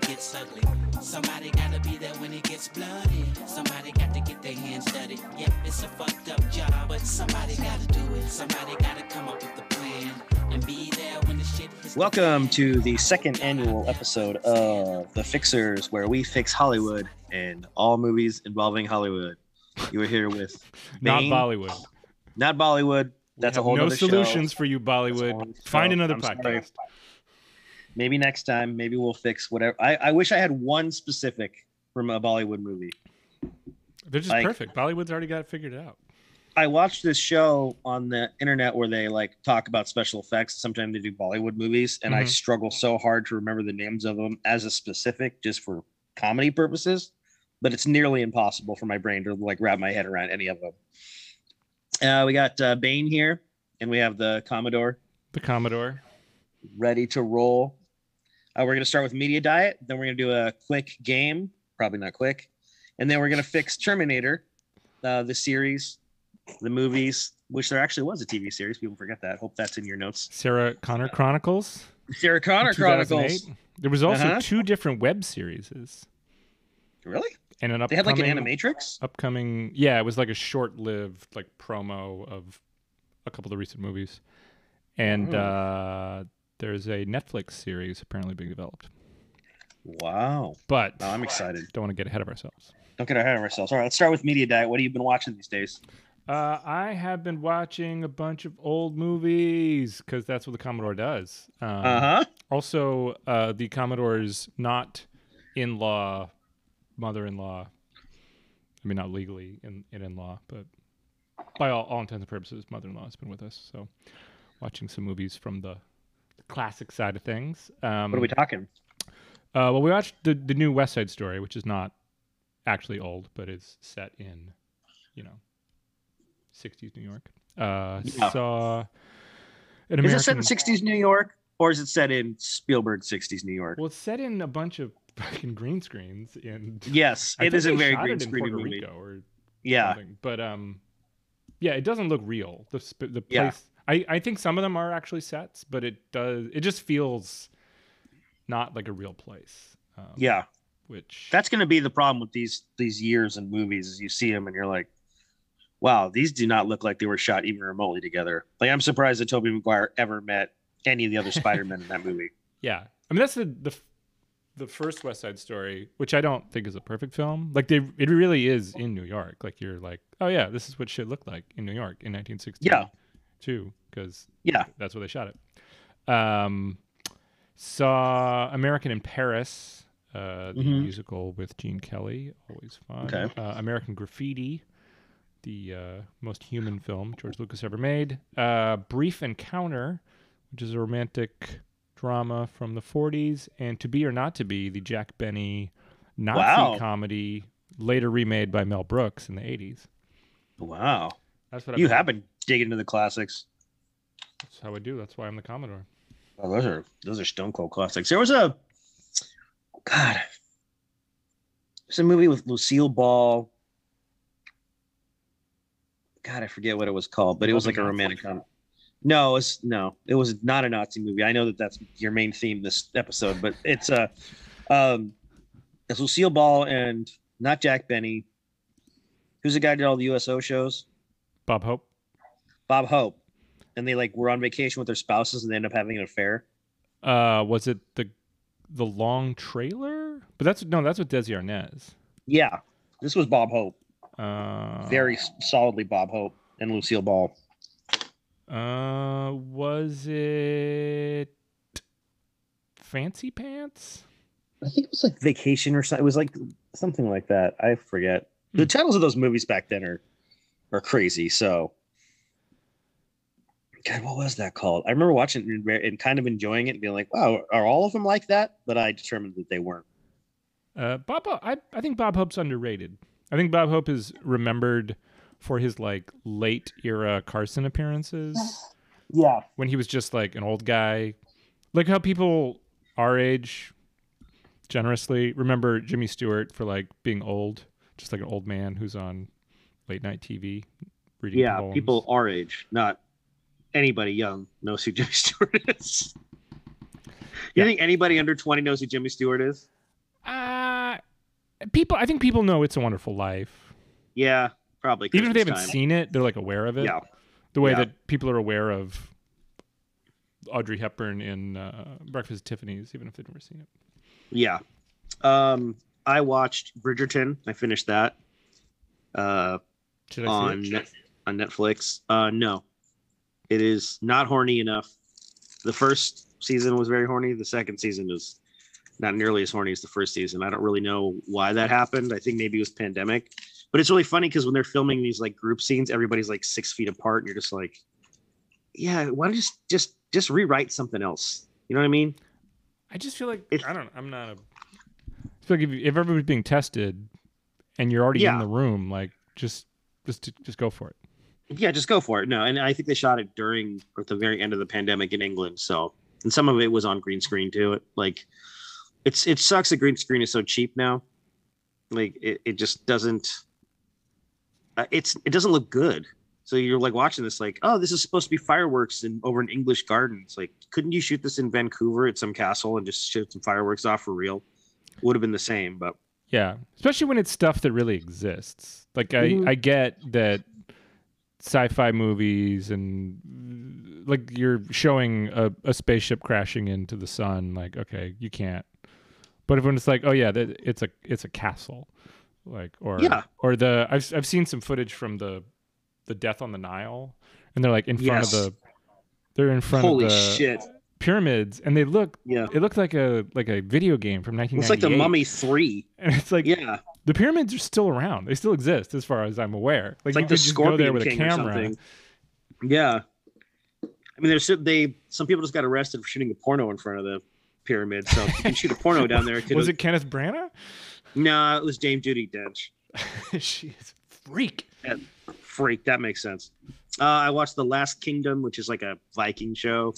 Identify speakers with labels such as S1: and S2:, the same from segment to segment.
S1: gets ugly. Somebody gotta be there when it gets bloody. Somebody got to get their hands dirty. Yep, it's a fucked up job, but somebody gotta do it. Somebody gotta come up with a plan and be there when the shit hits the
S2: Welcome
S1: fan.
S2: to the second annual episode of The Fixers, where we fix Hollywood and all movies involving Hollywood. You are here with
S3: Not
S2: Bane.
S3: Bollywood.
S2: not Bollywood.
S3: We
S2: That's a
S3: have
S2: whole
S3: No
S2: nother show.
S3: solutions for you,
S2: That's a whole
S3: Bollywood.
S2: nother
S3: Find
S2: show.
S3: another
S2: I'm
S3: podcast.
S2: sorry. Maybe next time. Maybe we'll fix whatever. I, I wish I had one specific from a Bollywood movie.
S3: They're just
S2: Like-
S3: perfect. Bollywood's already got it figured out.
S2: I watched this show on the internet where they like talk about special effects. Sometimes they do Bollywood movies, and I
S3: Mhm.
S2: struggle so hard to remember the names of them as a specific just for comedy purposes. But it's nearly impossible for my brain to like wrap my head around any of them. Uh, we got uh, Bane here, and we have the Commodore
S3: The Commodore.
S2: ready to roll. Uh, we're going to start with media diet. Then we're going to do a quick game, probably not quick, and then we're going to fix Terminator, uh, the series, the movies, which there actually was a TV series. People forget that. Hope that's in your notes.
S3: Sarah Connor Chronicles.
S2: Sarah Connor Chronicles.
S3: 2008. There was also
S2: Uh-huh.
S3: two different web series
S2: Really?
S3: and an
S2: They
S3: upcoming
S2: had like an animatrix.
S3: upcoming yeah it was like a short-lived like promo of a couple of recent movies and
S2: Oh.
S3: uh there's a netflix series apparently being developed
S2: Wow.
S3: but
S2: Oh, I'm excited.
S3: don't want to get ahead of ourselves
S2: Don't get ahead of ourselves. All right, let's start with media diet. What have you been watching these days?
S3: uh, I have been watching a bunch of old movies because that's what the Commodore does. Um,
S2: Uh huh.
S3: Also, uh, the Commodore's not in law, mother in law. I mean, not legally in in law, but by all, all intents and purposes, mother in law has been with us. So, watching some movies from the classic side of things. Um,
S2: What are we talking?
S3: uh, well, we watched the, the new West Side Story, which is not actually old, but it's set in, you know, 60s New York. Uh,
S2: Yeah.
S3: Saw an
S2: Is
S3: American.
S2: it set in 60s New York or is it set in Spielberg 60s New York?
S3: Well, it's set in a bunch of fucking green screens in.
S2: yes,
S3: I
S2: it
S3: think
S2: is a
S3: they
S2: very
S3: shot it
S2: green
S3: in
S2: screen
S3: Puerto
S2: movie.
S3: Rico or
S2: Yeah.
S3: something. But um, yeah, it doesn't look real. The sp- the place.
S2: Yeah.
S3: I I think some of them are actually sets, but it does. It just feels not like a real place. Um,
S2: Yeah.
S3: Which
S2: that's going to be the problem with these these years and movies is you see them and you're like wow these do not look like they were shot even remotely together like i'm surprised that toby maguire ever met any of the other spider-men in that movie
S3: Yeah, I mean that's the the f- the first West Side Story, which I don't think is a perfect film. Like they, it really is in New York. Like you're like, oh yeah, this is what shit looked like in New York in 1962. because
S2: Yeah.
S3: that's where they shot it. Um, saw American in Paris, uh, the
S2: Mhm.
S3: musical with Gene Kelly, always fun.
S2: Okay.
S3: Uh, American Graffiti. The uh, most human film George Lucas ever made. Uh, Brief Encounter, which is a romantic drama from the 40s, and To Be or Not to Be, the Jack Benny Nazi
S2: Wow.
S3: comedy, later remade by Mel Brooks in the 80s.
S2: wow
S3: That's what
S2: you
S3: been-
S2: have been digging into the classics
S3: That's how I do. That's why I'm the Commodore.
S2: oh, those are those are stone cold classics there was a god there's a movie with lucille ball god i forget what it was called but it was
S3: Love
S2: like a
S3: and Nazi.
S2: romantic comedy No, it's no, it was not a Nazi movie. I know that that's your main theme this episode, but it's uh, um, it's Lucille Ball and not Jack Benny. Who's the guy who did all the USO shows?
S3: Bob Hope.
S2: Bob Hope, and they like were on vacation with their spouses and they end up having an affair.
S3: Uh, was it the the long trailer? But that's no, that's with Desi Arnaz.
S2: Yeah, this was Bob Hope,
S3: Uh,
S2: very s- solidly Bob Hope and Lucille Ball.
S3: Uh, was it Fancy Pants?
S2: I think it was like Vacation or something. It was like something like that. I forget. The
S3: Hmm.
S2: titles of those movies back then are are crazy. So, God, what was that called? I remember watching it and re- and kind of enjoying it and being like, "Wow, are all of them like that?" But I determined that they weren't.
S3: Uh, Bob, Hope- I, I think Bob Hope's underrated. I think Bob Hope is remembered for his like late era Carson appearances
S2: Yeah,
S3: when he was just like an old guy. Like how people our age generously remember Jimmy Stewart for like being old, just like an old man who's on late night TV reading
S2: yeah.
S3: poems.
S2: People our age, not anybody young, knows who Jimmy Stewart is. You
S3: Yeah.
S2: think anybody under twenty knows who Jimmy Stewart is?
S3: Uh, people i think people know it's a wonderful life
S2: Yeah, probably.
S3: even if they haven't
S2: Christmas time.
S3: seen it they're like aware of it
S2: Yeah,
S3: the way
S2: Yeah.
S3: that people are aware of audrey hepburn in uh, breakfast at tiffany's even if they've never seen it
S2: yeah. Um, I watched Bridgerton. I finished that uh,
S3: should i
S2: on
S3: see it
S2: Net- on Netflix. Uh, no, it is not horny enough. The first season was very horny. The second season is not nearly as horny as the first season. I don't really know why that happened. I think maybe it was pandemic. But it's really funny because when they're filming these like group scenes, everybody's like six feet apart, and you're just like, yeah, why don't you just just just rewrite something else? You know what I mean?
S3: i just feel like
S2: It's-
S3: i don't i'm not a i feel like if, if everybody's being tested and you're already
S2: Yeah.
S3: in the room like just just just go for it
S2: Yeah, just go for it. No, and I think they shot it during or at the very end of the pandemic in England. So, and some of it was on green screen too. It like, it's it sucks that green screen is so cheap now. Like it, it just doesn't. Uh, it's it doesn't look good. So you're like watching this, like, oh, this is supposed to be fireworks in over an English garden. It's like, couldn't you shoot this in Vancouver at some castle and just shoot some fireworks off for real? Would have been the same, but
S3: Yeah, especially when it's stuff that really exists. Like I,
S2: Mhm.
S3: I get that sci-fi movies and like you're showing a, a spaceship crashing into the sun. Like, okay, you can't. But if when it's like, oh yeah, that, it's a it's a castle, like or
S2: Yeah.
S3: or the I've I've seen some footage from the the death on the Nile, and they're like in front
S2: Yes.
S3: of the they're in front
S2: holy
S3: of the
S2: shit,
S3: pyramids, and they look
S2: yeah,
S3: it looked like a like a video game from
S2: it's like
S3: 1998.
S2: the Mummy Three,
S3: and it's like
S2: yeah.
S3: the pyramids are still around. They still exist, as far as I'm aware. Like,
S2: It's
S3: you
S2: like the
S3: could just go there
S2: Scorpion
S3: with a
S2: King or
S3: camera.
S2: something. Yeah, I mean, there's they some people just got arrested for shooting a porno in front of the pyramid. So if you can shoot a porno down there. It
S3: Was it Kenneth Branagh?
S2: No, it was Dame Judy Dench.
S3: she is a freak.
S2: Freak, that makes sense. Uh, I watched The Last Kingdom, which is like a Viking show.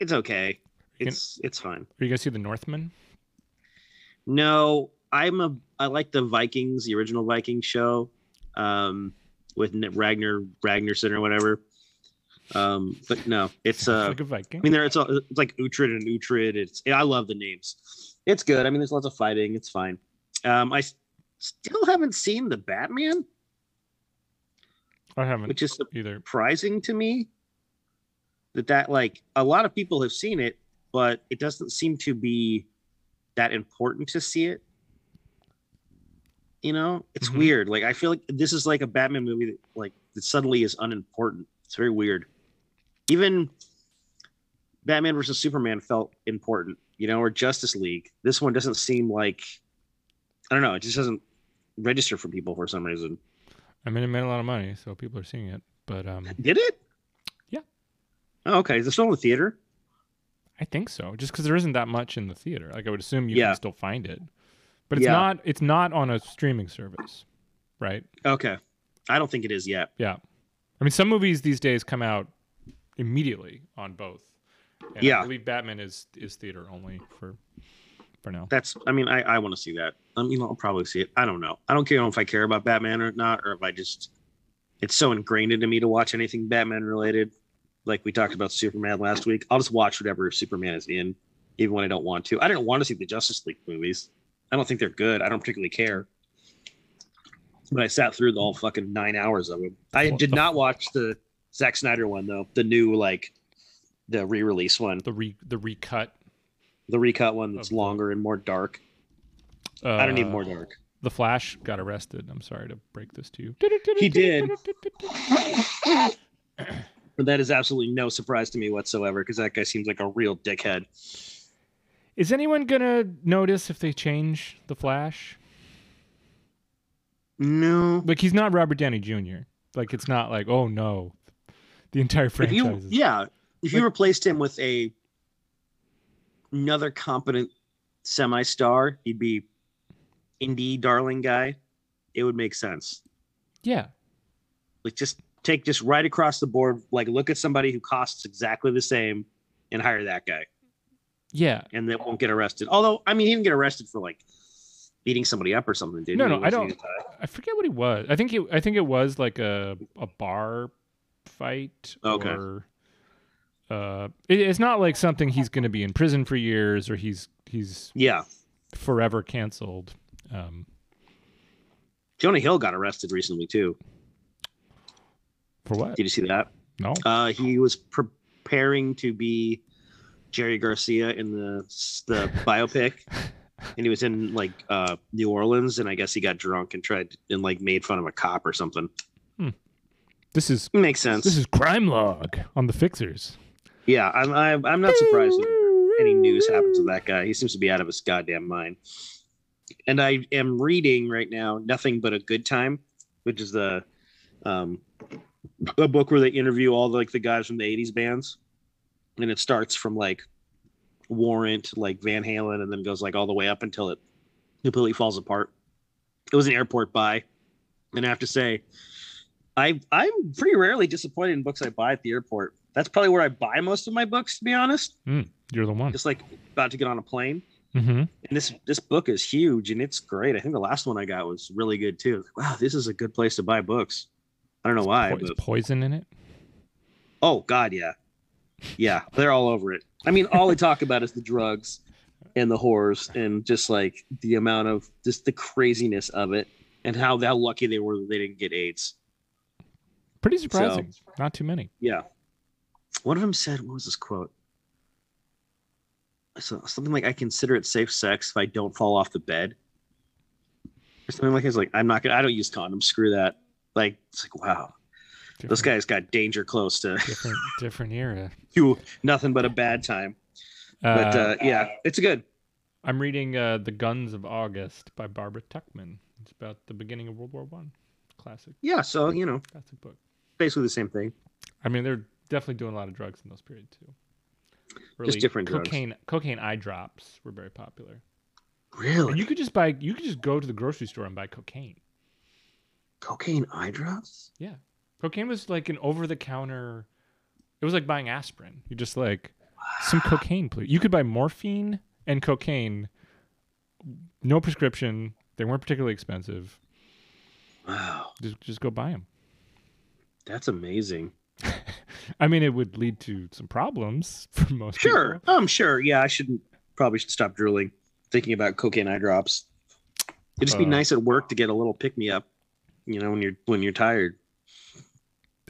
S2: It's okay.
S3: You can-
S2: It's it's fine.
S3: Are you gonna see the Northmen?
S2: No, I'm a I like the Vikings, the original Viking show, um, with N- Ragnar Ragnarsson or whatever. Um, but no, it's uh,
S3: like a Viking.
S2: I mean, there it's, all, it's like Uhtred and Uhtred. It's I love the names. It's good. I mean, there's lots of fighting. It's fine. Um, I s- still haven't seen the Batman,
S3: I haven't
S2: which is
S3: either.
S2: surprising to me. That that like a lot of people have seen it, but it doesn't seem to be that important to see it. You know, it's
S3: Mhm.
S2: weird. Like I feel like this is like a Batman movie that like that suddenly is unimportant. It's very weird. Even Batman versus Superman felt important, you know, or Justice League. This one doesn't seem like I don't know, it just doesn't register for people for some reason.
S3: I mean, it made a lot of money, so people are seeing it. But um,
S2: Did it?
S3: Yeah.
S2: Oh, okay. Is it still in the theater?
S3: I think so. Just because there isn't that much in the theater, like I would assume you
S2: Yeah.
S3: can still find it. But it's
S2: Yeah.
S3: not. It's not on a streaming service, right?
S2: Okay. I don't think it is yet.
S3: Yeah. I mean, some movies these days come out immediately on both. And I
S2: Yeah.
S3: believe Batman is is theater only for for now.
S2: That's. I mean, I I want to see that. I mean, I'll probably see it. I don't know. I don't care if I care about Batman or not, or if I just. It's so ingrained into me to watch anything Batman related. Like we talked about Superman last week, I'll just watch whatever Superman is in, even when I don't want to. I don't want to see the Justice League movies. I don't think they're good. I don't particularly care. But I sat through the whole fucking nine hours of them. I
S3: What
S2: did
S3: the
S2: not watch the Zack Snyder one though. The new like, the re-release one,
S3: The re the recut.
S2: the recut one that's
S3: Of-
S2: longer and more dark.
S3: Uh,
S2: I don't need more dark.
S3: The Flash got arrested. I'm sorry to break this to you.
S2: He did. But that is absolutely no surprise to me whatsoever because that guy seems like a real dickhead.
S3: Is anyone gonna notice if they change the Flash?
S2: No.
S3: Like he's not Robert Downey Jr. Like it's not like oh no, the entire
S2: If
S3: franchise.
S2: you,
S3: is-
S2: yeah, if you
S3: Like-
S2: replaced him with a another competent semi-star, he'd be indie darling guy. It would make sense.
S3: yeah.
S2: Like just take just right across the board. Like look at somebody who costs exactly the same and hire that guy.
S3: Yeah.
S2: and that won't get arrested. Although, I mean, he didn't get arrested for like beating somebody up or something, did
S3: No,
S2: he?
S3: no, I
S2: Wasn't uh, he-
S3: I forget what he was. I think it. I think it was like a a bar fight.
S2: Okay.
S3: Or, uh, it, it's not like something he's going to be in prison for years or he's he's
S2: Yeah,
S3: forever canceled. Um,
S2: Jonah Hill got arrested recently too.
S3: for what?
S2: Did you see that?
S3: No.
S2: Uh, he was preparing to be Jerry Garcia in the the biopic, and he was in like uh, New Orleans, and I guess he got drunk and tried and like made fun of a cop or something.
S3: This is
S2: Makes sense.
S3: this is crime log on the fixers.
S2: yeah, I'm I'm, I'm not surprised that any news happens to that guy. He seems to be out of his goddamn mind. And I am reading right now nothing but a good time, which is the um, a book where they interview all the, like the guys from the '80s bands, and it starts from like Warrant, like Van Halen, and then goes like all the way up until it completely falls apart. It was an airport buy, and I have to say, I I'm pretty rarely disappointed in books I buy at the airport. That's probably where I buy most of my books, to be honest.
S3: You're the one.
S2: Just like about to get on a plane,
S3: hmm
S2: and this this book is huge and it's great. I think the last one I got was really good too. Wow, this is a good place to buy books. I don't know why,
S3: Is
S2: but
S3: poison in it?
S2: Oh God, yeah, yeah, they're all over it. I mean, all they talk about is the drugs and the horrors and just like the amount of just the craziness of it and how how lucky they were that they didn't get AIDS.
S3: Pretty surprising. Not too many.
S2: Yeah, one of them said, "What was this quote?" So, something like, "I consider it safe sex if I don't fall off the bed," or something like. It's like I'm not gonna. I don't use condoms. Screw that. Like it's like wow,
S3: Different,
S2: those guys got danger close to
S3: different, different era.
S2: you. Nothing but a bad time. But uh, yeah, it's good.
S3: I'm reading uh, The Guns of August by Barbara Tuckman. It's about the beginning of World War One. Classic,
S2: Yeah, so you know,
S3: classic book.
S2: basically the same thing.
S3: I mean, they're definitely doing a lot of drugs in those periods too.
S2: different drugs.
S3: cocaine, cocaine eye drops were very popular.
S2: Really?
S3: And you could just buy, you could just go to the grocery store and buy cocaine.
S2: Cocaine eye drops?
S3: Yeah, cocaine was like an over-the-counter. It was like buying aspirin. You just like some cocaine, please. You could buy morphine and cocaine, no prescription. They weren't particularly expensive.
S2: Wow,
S3: Just just go buy them.
S2: that's amazing.
S3: I mean, it would lead to some problems for most.
S2: Sure,
S3: people.
S2: I'm sure. Yeah, I shouldn't probably should stop drooling thinking about cocaine eye drops. It'd just be
S3: Uh,
S2: nice at work to get a little pick me up, you know, when you're when you're tired.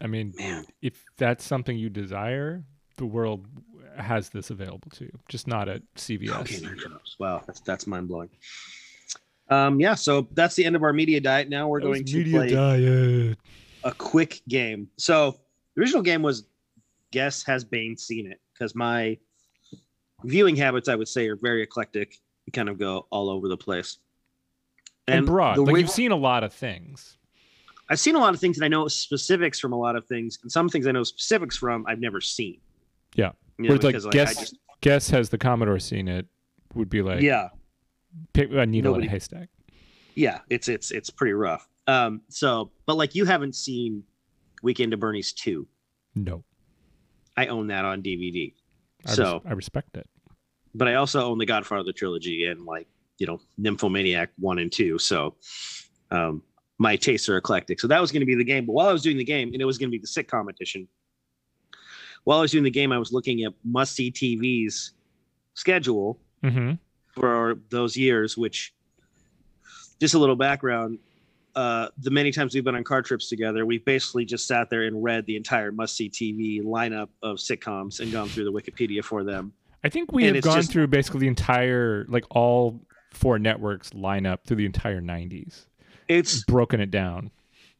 S3: I mean,
S2: Man,
S3: if that's something you desire, the world has this available to you, just not at
S2: cocaine
S3: CVS.
S2: eye drops. Wow, that's that's mind blowing. Um, yeah, so that's the end of our media diet. Now we're
S3: That was
S2: going to
S3: media
S2: play
S3: diet.
S2: a quick game. So the original game was guess has Bane seen it? Because my viewing habits, I would say, are very eclectic. You kind of go all over the place.
S3: and, broad.
S2: the
S3: Like
S2: way-
S3: you've seen a lot of things.
S2: I've seen a lot of things and I know specifics from a lot of things, and some things I know specifics from I've never seen.
S3: Yeah.
S2: You
S3: Where
S2: know,
S3: it's like,
S2: because, like, I
S3: guess
S2: just-
S3: guess has the Commodore seen it? Would be like
S2: yeah,
S3: pick a needle
S2: Nobody-
S3: in a haystack.
S2: yeah, it's it's it's pretty rough. Um, so, but like you haven't seen Weekend of Bernie's two.
S3: No,
S2: I own that on DVD.
S3: I res-
S2: So-
S3: I respect it.
S2: but I also own the Godfather trilogy and like you know Nymphomaniac one and two. So um, my tastes are eclectic. So that was going to be the game. But while I was doing the game, and it was going to be the sitcom edition. While I was doing the game, I was looking at must see TV's schedule
S3: Mm-hmm.
S2: for those years. Which just a little background. Uh, the many times we've been on car trips together, we basically just sat there and read the entire must see TV lineup of sitcoms and gone through the Wikipedia for them.
S3: I think we
S2: And
S3: have
S2: it's
S3: gone
S2: just-
S3: through basically the entire like all four networks lineup through the entire '90s,
S2: It's
S3: broken it down.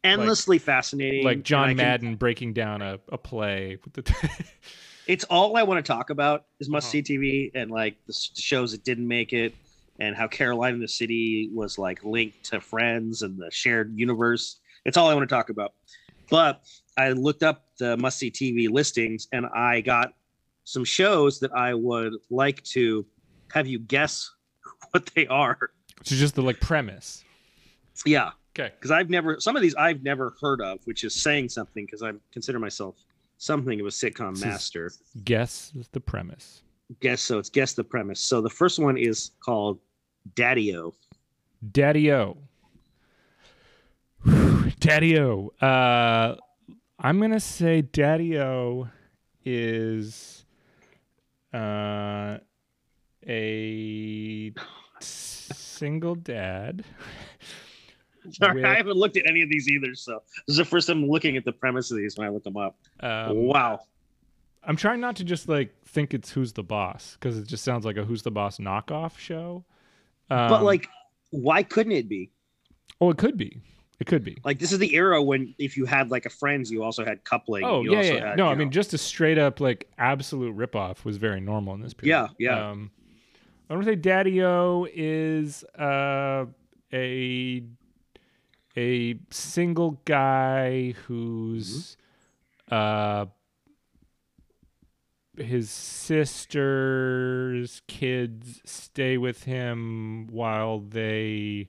S2: endlessly fascinating.
S3: like
S2: and I
S3: John
S2: can-
S3: Madden breaking down a, a play. With the
S2: It's all I want to talk about is must see
S3: Uh-huh.
S2: TV and like the s- shows that didn't make it, and how Carolina in the City was like linked to Friends and the shared universe. It's all I want to talk about. But I looked up the must see TV listings and I got some shows that I would like to have you guess what they are.
S3: so just the like premise.
S2: Yeah.
S3: Okay.
S2: because I've never some of these I've never heard of, which is saying something because I consider myself something of a sitcom
S3: This is-
S2: master.
S3: Guess the premise.
S2: Guess so. It's guess the premise. So the first one is called Daddy-O.
S3: Daddy O. Daddy O. Uh, I'm gonna say Daddy O is uh, a s- single dad.
S2: Sorry,
S3: with-
S2: I haven't looked at any of these either. So this is the first time I'm looking at the premise of these when I look them up.
S3: Um,
S2: wow.
S3: I'm trying not to just like think it's Who's the Boss because it just sounds like a Who's the Boss knockoff show. Um,
S2: but like, why couldn't it be?
S3: oh, it could be. It could be.
S2: Like, this is the era when if you had like a Friends, you also had coupling.
S3: Oh
S2: you
S3: yeah,
S2: also
S3: yeah.
S2: had,
S3: no,
S2: you
S3: I
S2: know-
S3: mean just a straight up like absolute ripoff was very normal in this period.
S2: Yeah, yeah.
S3: Um, I want to say Daddy O is uh, a a single guy who's uh, his sister's kids stay with him while they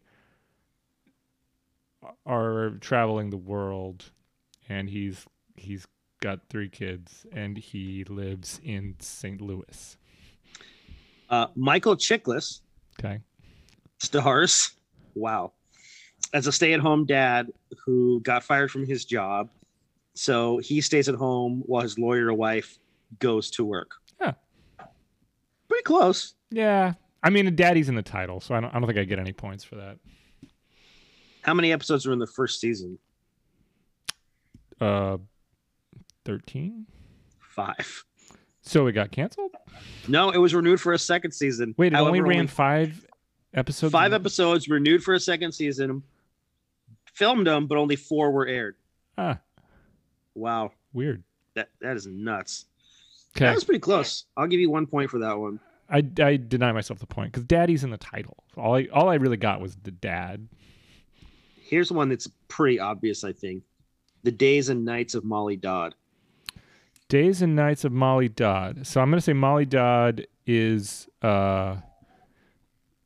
S3: are traveling the world and he's he's got three kids and he lives in St. Louis.
S2: uh, Michael Chiklis
S3: Okay.
S2: stars. Wow. As a stay-at-home dad who got fired from his job, so he stays at home while his lawyer wife goes to work.
S3: Huh.
S2: Pretty close.
S3: Yeah. I mean, daddy's in the title, so I don't I don't think I get any points for that.
S2: How many episodes were in the first season?
S3: Uh 13.
S2: Five.
S3: So it got canceled?
S2: No, it was renewed for a second season.
S3: Wait, it only
S2: However,
S3: ran 5 episodes.
S2: five
S3: in-
S2: episodes renewed for a second season. Filmed them, but only four were aired.
S3: Ah,
S2: Wow,
S3: weird.
S2: that that is nuts. That
S3: Okay.
S2: was pretty close. I'll give you one point for that one.
S3: I, I deny myself the point cuz daddy's in the title. All I all I really got was the dad.
S2: Here's one that's pretty obvious, I think. The days and nights of Molly Dodd.
S3: Days and Nights of Molly Dodd. So I'm going to say Molly Dodd is uh,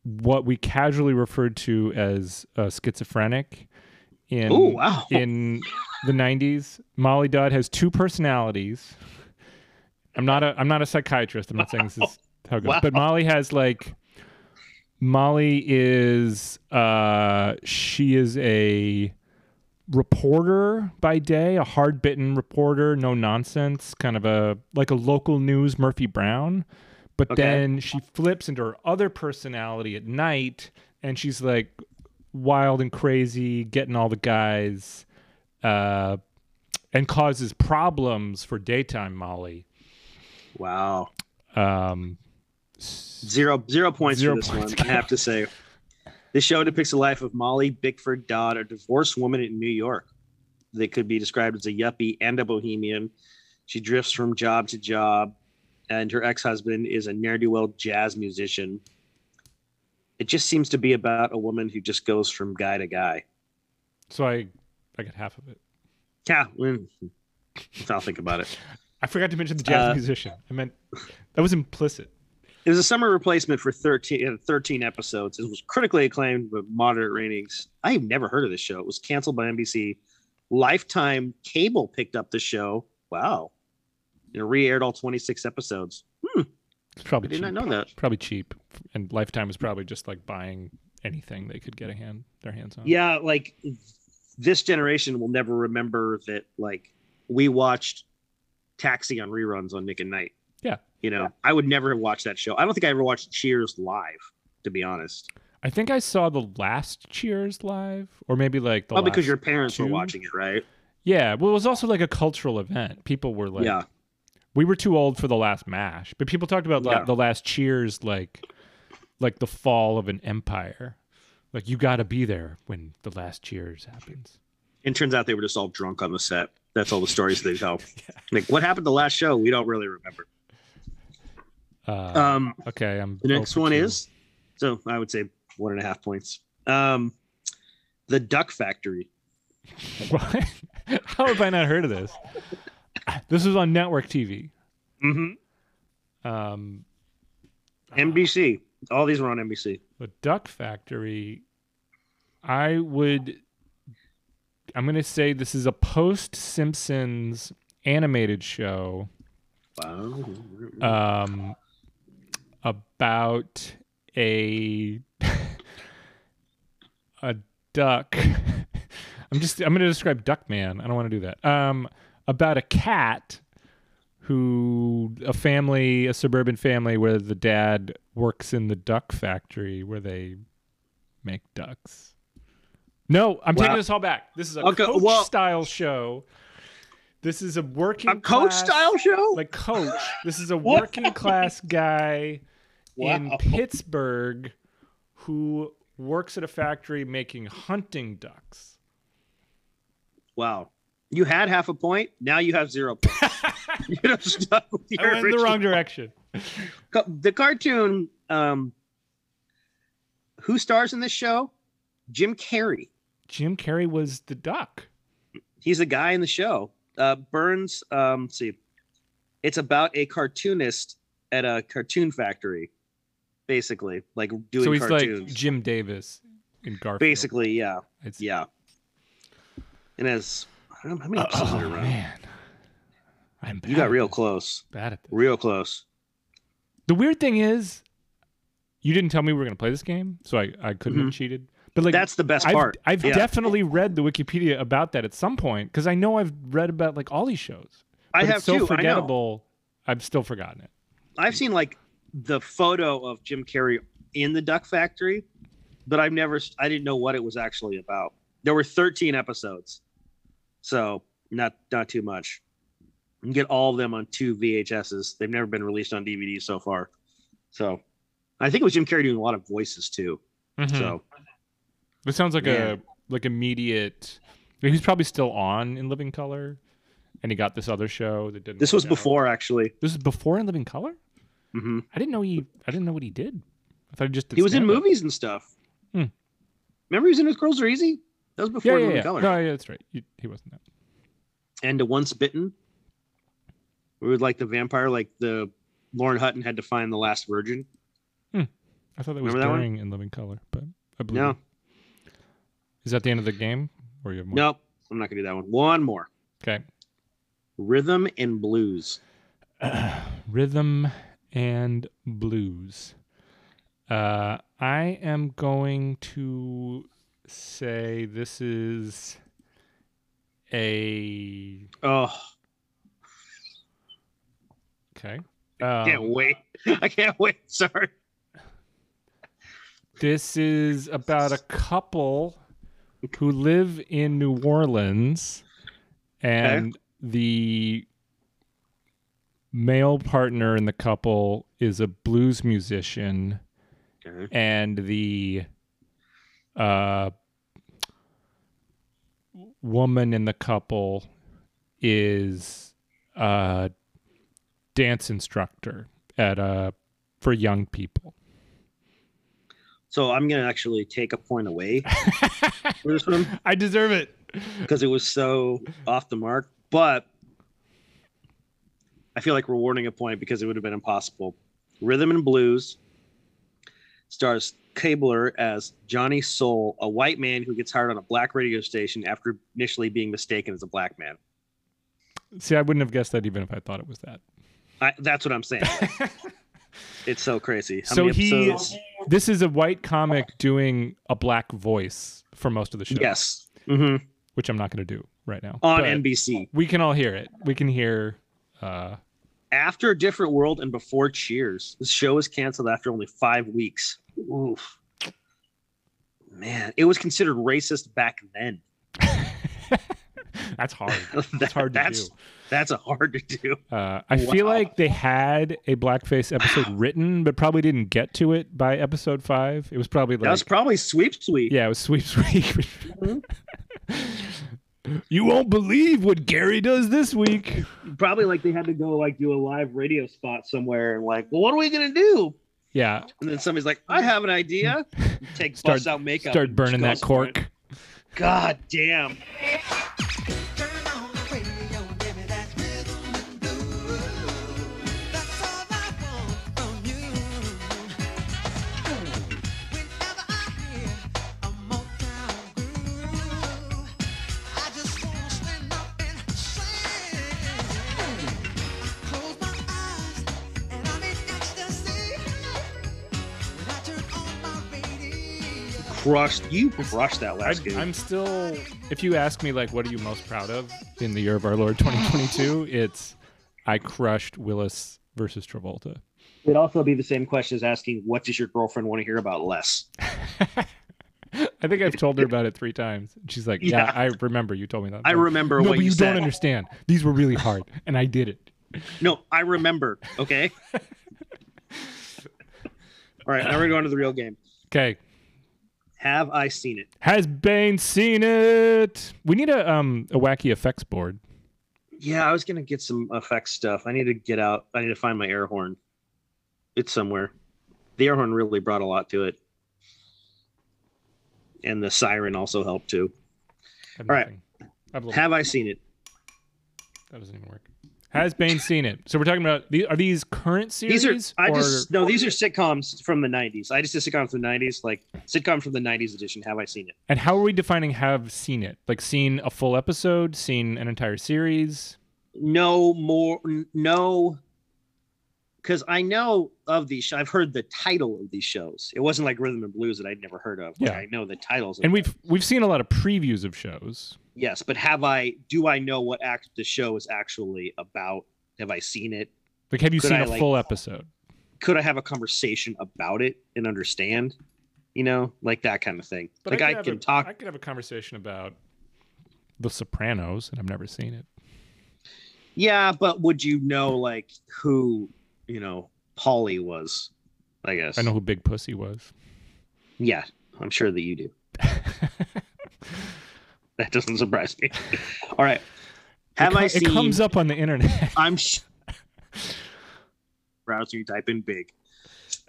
S3: what we casually referred to as uh, schizophrenic in
S2: Oh wow!
S3: in the 90s. Molly Dodd has two personalities. I'm not a I'm not a psychiatrist. I'm not saying this is how it goes,
S2: Wow.
S3: but Molly has like Molly is uh she is a reporter by day, a hard-bitten reporter, no nonsense, kind of a like a local news Murphy Brown. But
S2: Okay.
S3: then she flips into her other personality at night and she's like wild and crazy, getting all the guys uh and causes problems for daytime Molly.
S2: Wow.
S3: Um
S2: Zero zero points
S3: Zero
S2: for this
S3: points.
S2: one. I have to say, this show depicts the life of Molly Bickford Dodd, a divorced woman in New York. That could be described as a yuppie and a bohemian. She drifts from job to job, and her ex-husband is a ne'er-do-well jazz musician. It just seems to be about a woman who just goes from guy to guy.
S3: so I I got half of it.
S2: Yeah, mm. I'll think about it.
S3: I forgot to mention the jazz
S2: Uh,
S3: musician. I meant that was implicit.
S2: It was a summer replacement for 13, it had 13 episodes. It was critically acclaimed with moderate ratings. I have never heard of this show. It was canceled by NBC. Lifetime Cable picked up the show. Wow. And re aired all 26 episodes.
S3: It's
S2: I
S3: probably
S2: did
S3: cheap.
S2: not know that.
S3: Probably cheap. And Lifetime was probably just like buying anything they could get a hand their hands on.
S2: Yeah, like this generation will never remember that, like, we watched Taxi on reruns on Nick and Night.
S3: Yeah.
S2: You know, I would never have watched that show. I don't think I ever watched Cheers live, to be honest.
S3: I think I saw the last Cheers live, or maybe like the
S2: Probably Oh, because
S3: last-
S2: your parents were
S3: two?
S2: watching it, right?
S3: Yeah, well, it was also like a cultural event. People were like,
S2: yeah.
S3: we were too old for the last Mash, but people talked about la-
S2: Yeah.
S3: the last Cheers like, like the fall of an empire. Like you got to be there when the last Cheers happens.
S2: And turns out they were just all drunk on the set. That's all the stories they tell. Like, what happened the last show? We don't really remember.
S3: Uh,
S2: Um,
S3: okay, I'm.
S2: the next
S3: 0 for
S2: one
S3: two.
S2: is so I would say one and a half points. Um, the Duck Factory.
S3: What? How have I not heard of this? This was on network TV.
S2: Mm-hmm.
S3: Um,
S2: NBC. All these were on NBC.
S3: the Duck Factory. I would. I'm going to say this is a post Simpsons animated show Uh,
S2: Wow.
S3: um, about a a duck. I'm just I'm going to describe Duckman. I don't want to do that. Um, about a cat who a family, a suburban family, where the dad works in the duck factory, where they McDucks. No, I'm taking
S2: Wow.
S3: this all back. This is a
S2: Okay,
S3: coach
S2: well-
S3: style show. This is a working
S2: A coach
S3: class-
S2: style show?
S3: like coach. This is a
S2: What?
S3: working class guy in
S2: Wow.
S3: Pittsburgh who works at a factory making hunting ducks.
S2: wow. You had half a point. Now you have zero points. You're stuck with
S3: I
S2: your
S3: went in the
S2: original-
S3: wrong direction.
S2: Ca- the cartoon um who stars in this show jim carrey
S3: Jim Carrey was the duck.
S2: he's the guy in the show uh burns um let's see it's about a cartoonist at a cartoon factory basically like doing
S3: so he's
S2: cartoons
S3: like Jim Davis in Garfield.
S2: basically yeah
S3: It's-
S2: yeah and as i don't know how many episodes
S3: Oh,
S2: are around
S3: man, I'm bad
S2: you got
S3: at
S2: real
S3: this.
S2: close
S3: Bad at this.
S2: real close
S3: The weird thing is, you didn't tell me we were gonna play this game, so I, I couldn't
S2: Mm-hmm.
S3: have cheated. But like
S2: that's the best
S3: I've,
S2: part
S3: I've
S2: Yeah.
S3: definitely read the Wikipedia about that at some point because I know I've read about like all these shows.
S2: i
S3: But
S2: have
S3: it's so
S2: too I know.
S3: forgettable. I've still forgotten it.
S2: I've seen like the photo of Jim Carrey in the Duck Factory, but I've never, I didn't know what it was actually about. There were 13 episodes, so not not too much. You can get all of them on two VHSs. They've never been released on DVD so far. So, I think it was Jim Carrey doing a lot of voices too.
S3: Hmm.
S2: So,
S3: it sounds like
S2: Mm-hmm. Yeah.
S3: a like immediate. He was probably still on in Living Color, and he got this other show that didn't.
S2: this
S3: work
S2: was
S3: out.
S2: before actually.
S3: This was before in Living Color.
S2: hmm
S3: I didn't know he. I didn't know what he did. I thought he just. Did
S2: He was in
S3: stand-up.
S2: movies and stuff.
S3: Hmm.
S2: Remember, he was in His Girls Are Easy. That was
S3: Yeah,
S2: before
S3: yeah,
S2: Living
S3: yeah.
S2: Color.
S3: No, yeah, that's right. He, he wasn't that.
S2: and to Once Bitten. We would like the vampire, like the Lauren Hutton had to find the last virgin.
S3: I thought that was
S2: Remember that one?
S3: during In Living Color, but I believe.
S2: No.
S3: Is that the end of the game, or you have more?
S2: Nope, I'm not gonna do that one. One more.
S3: Okay.
S2: Rhythm and blues.
S3: Rhythm and blues. Uh, I am going to say this is a
S2: Oh,
S3: okay.
S2: I can't
S3: Um,
S2: wait. I can't wait. Sorry.
S3: this is about a couple who live in New Orleans, and the male partner in the couple is a blues musician.
S2: Okay.
S3: and the uh, woman in the couple is a dance instructor at a for young people.
S2: So I'm gonna actually take a point away for this one
S3: I deserve it.
S2: because it was so off the mark. But I feel like rewarding a point because it would have been impossible. Rhythm and Blues stars Cabler as Johnny Soul, a white man who gets hired on a black radio station after initially being mistaken as a black man.
S3: See, I wouldn't have guessed that even if I thought it was that.
S2: I, that's what I'm saying. it's so crazy. How
S3: So
S2: many
S3: he-
S2: episodes?
S3: This is a white comic doing a black voice for most of the show,
S2: yes, Mhm.
S3: which I'm not going to do right now.
S2: on
S3: but
S2: NBC
S3: we can all hear it. We can hear. Uh,
S2: after a different world and before Cheers. This show was canceled after only five weeks. Oof. Man, it was considered racist back then.
S3: that's hard. That's hard to
S2: that's
S3: do.
S2: that's a hard to do.
S3: Uh, I feel
S2: Wow.
S3: like they had a blackface episode written, but probably didn't get to it by episode five. It was probably like,
S2: that was probably sweeps week.
S3: yeah, it was sweeps week.
S2: Mm-hmm.
S3: you won't believe what Gary does this week.
S2: Probably like they had to go like do a live radio spot somewhere and like, well, what are we gonna do?
S3: Yeah,
S2: And then somebody's like, I have an idea. Take
S3: Start-
S2: bust out makeup.
S3: start
S2: and
S3: burning
S2: go
S3: that
S2: for it.
S3: cork.
S2: God damn.
S1: Turn on the radio, give me that rhythm and blues. That's all I want from you. Whenever I hear a Motown groove, I just wanna stand up and sing. Close my eyes and I'm in ecstasy when I turn on my radio.
S2: Crushed. You crushed that last
S3: I'm,
S2: game.
S3: I'm still. If you ask me, like, what are you most proud of in the year of our Lord 2022? It's I crushed Willis versus Travolta.
S2: It'd also be the same question as asking, what does your girlfriend want to hear about less?
S3: I think I've told her about it three times. She's like, "Yeah,
S2: Yeah.
S3: I remember you told me that."
S2: I
S3: I'm like,
S2: remember
S3: no,
S2: what
S3: but
S2: you,
S3: you
S2: said.
S3: don't understand. These were really hard, and I did it.
S2: No, I remember. Okay. All right, now we're going to the real game.
S3: Okay,
S2: Have I seen it?
S3: has Bane seen it? We need a um a wacky effects board.
S2: Yeah, I was gonna get some effects stuff. I need to get out. I need to find my air horn. It's somewhere. The air horn really brought a lot to it, and the siren also helped too.
S3: I have
S2: All right.
S3: nothing. I have a little,
S2: Have I seen it?
S3: that doesn't even work. Has Bane seen it? So we're talking about the, are these current series?
S2: These are I
S3: or,
S2: just no. These are sitcoms from the '90s. I just did sitcoms from the '90s, like sitcom from the '90s edition. Have I seen it?
S3: and how are we defining have seen it? Like seen a full episode, seen an entire series?
S2: No more. n- No. Because I know of these, sh- I've heard the title of these shows. It wasn't like Rhythm and Blues that I'd never heard of. Like,
S3: Yeah.
S2: I know the titles. of
S3: And
S2: them.
S3: we've we've seen a lot of previews of shows.
S2: Yes, but have I? Do I know what act the show is actually about? Have I seen it?
S3: Like, have you
S2: Could
S3: seen
S2: I,
S3: a
S2: like-
S3: full episode?
S2: Could I have a conversation about it and understand? You know, like that kind of thing. like I, can talk.
S3: I could have a conversation about The Sopranos, and I've never seen it.
S2: Yeah, but would you know like who you know Polly was? I guess.
S3: I know who Big Pussy was.
S2: Yeah, I'm sure that you do. That doesn't surprise me. All right. Have
S3: it co-
S2: I seen?
S3: It comes up on the internet.
S2: I'm. Sh- Browser, you type in big.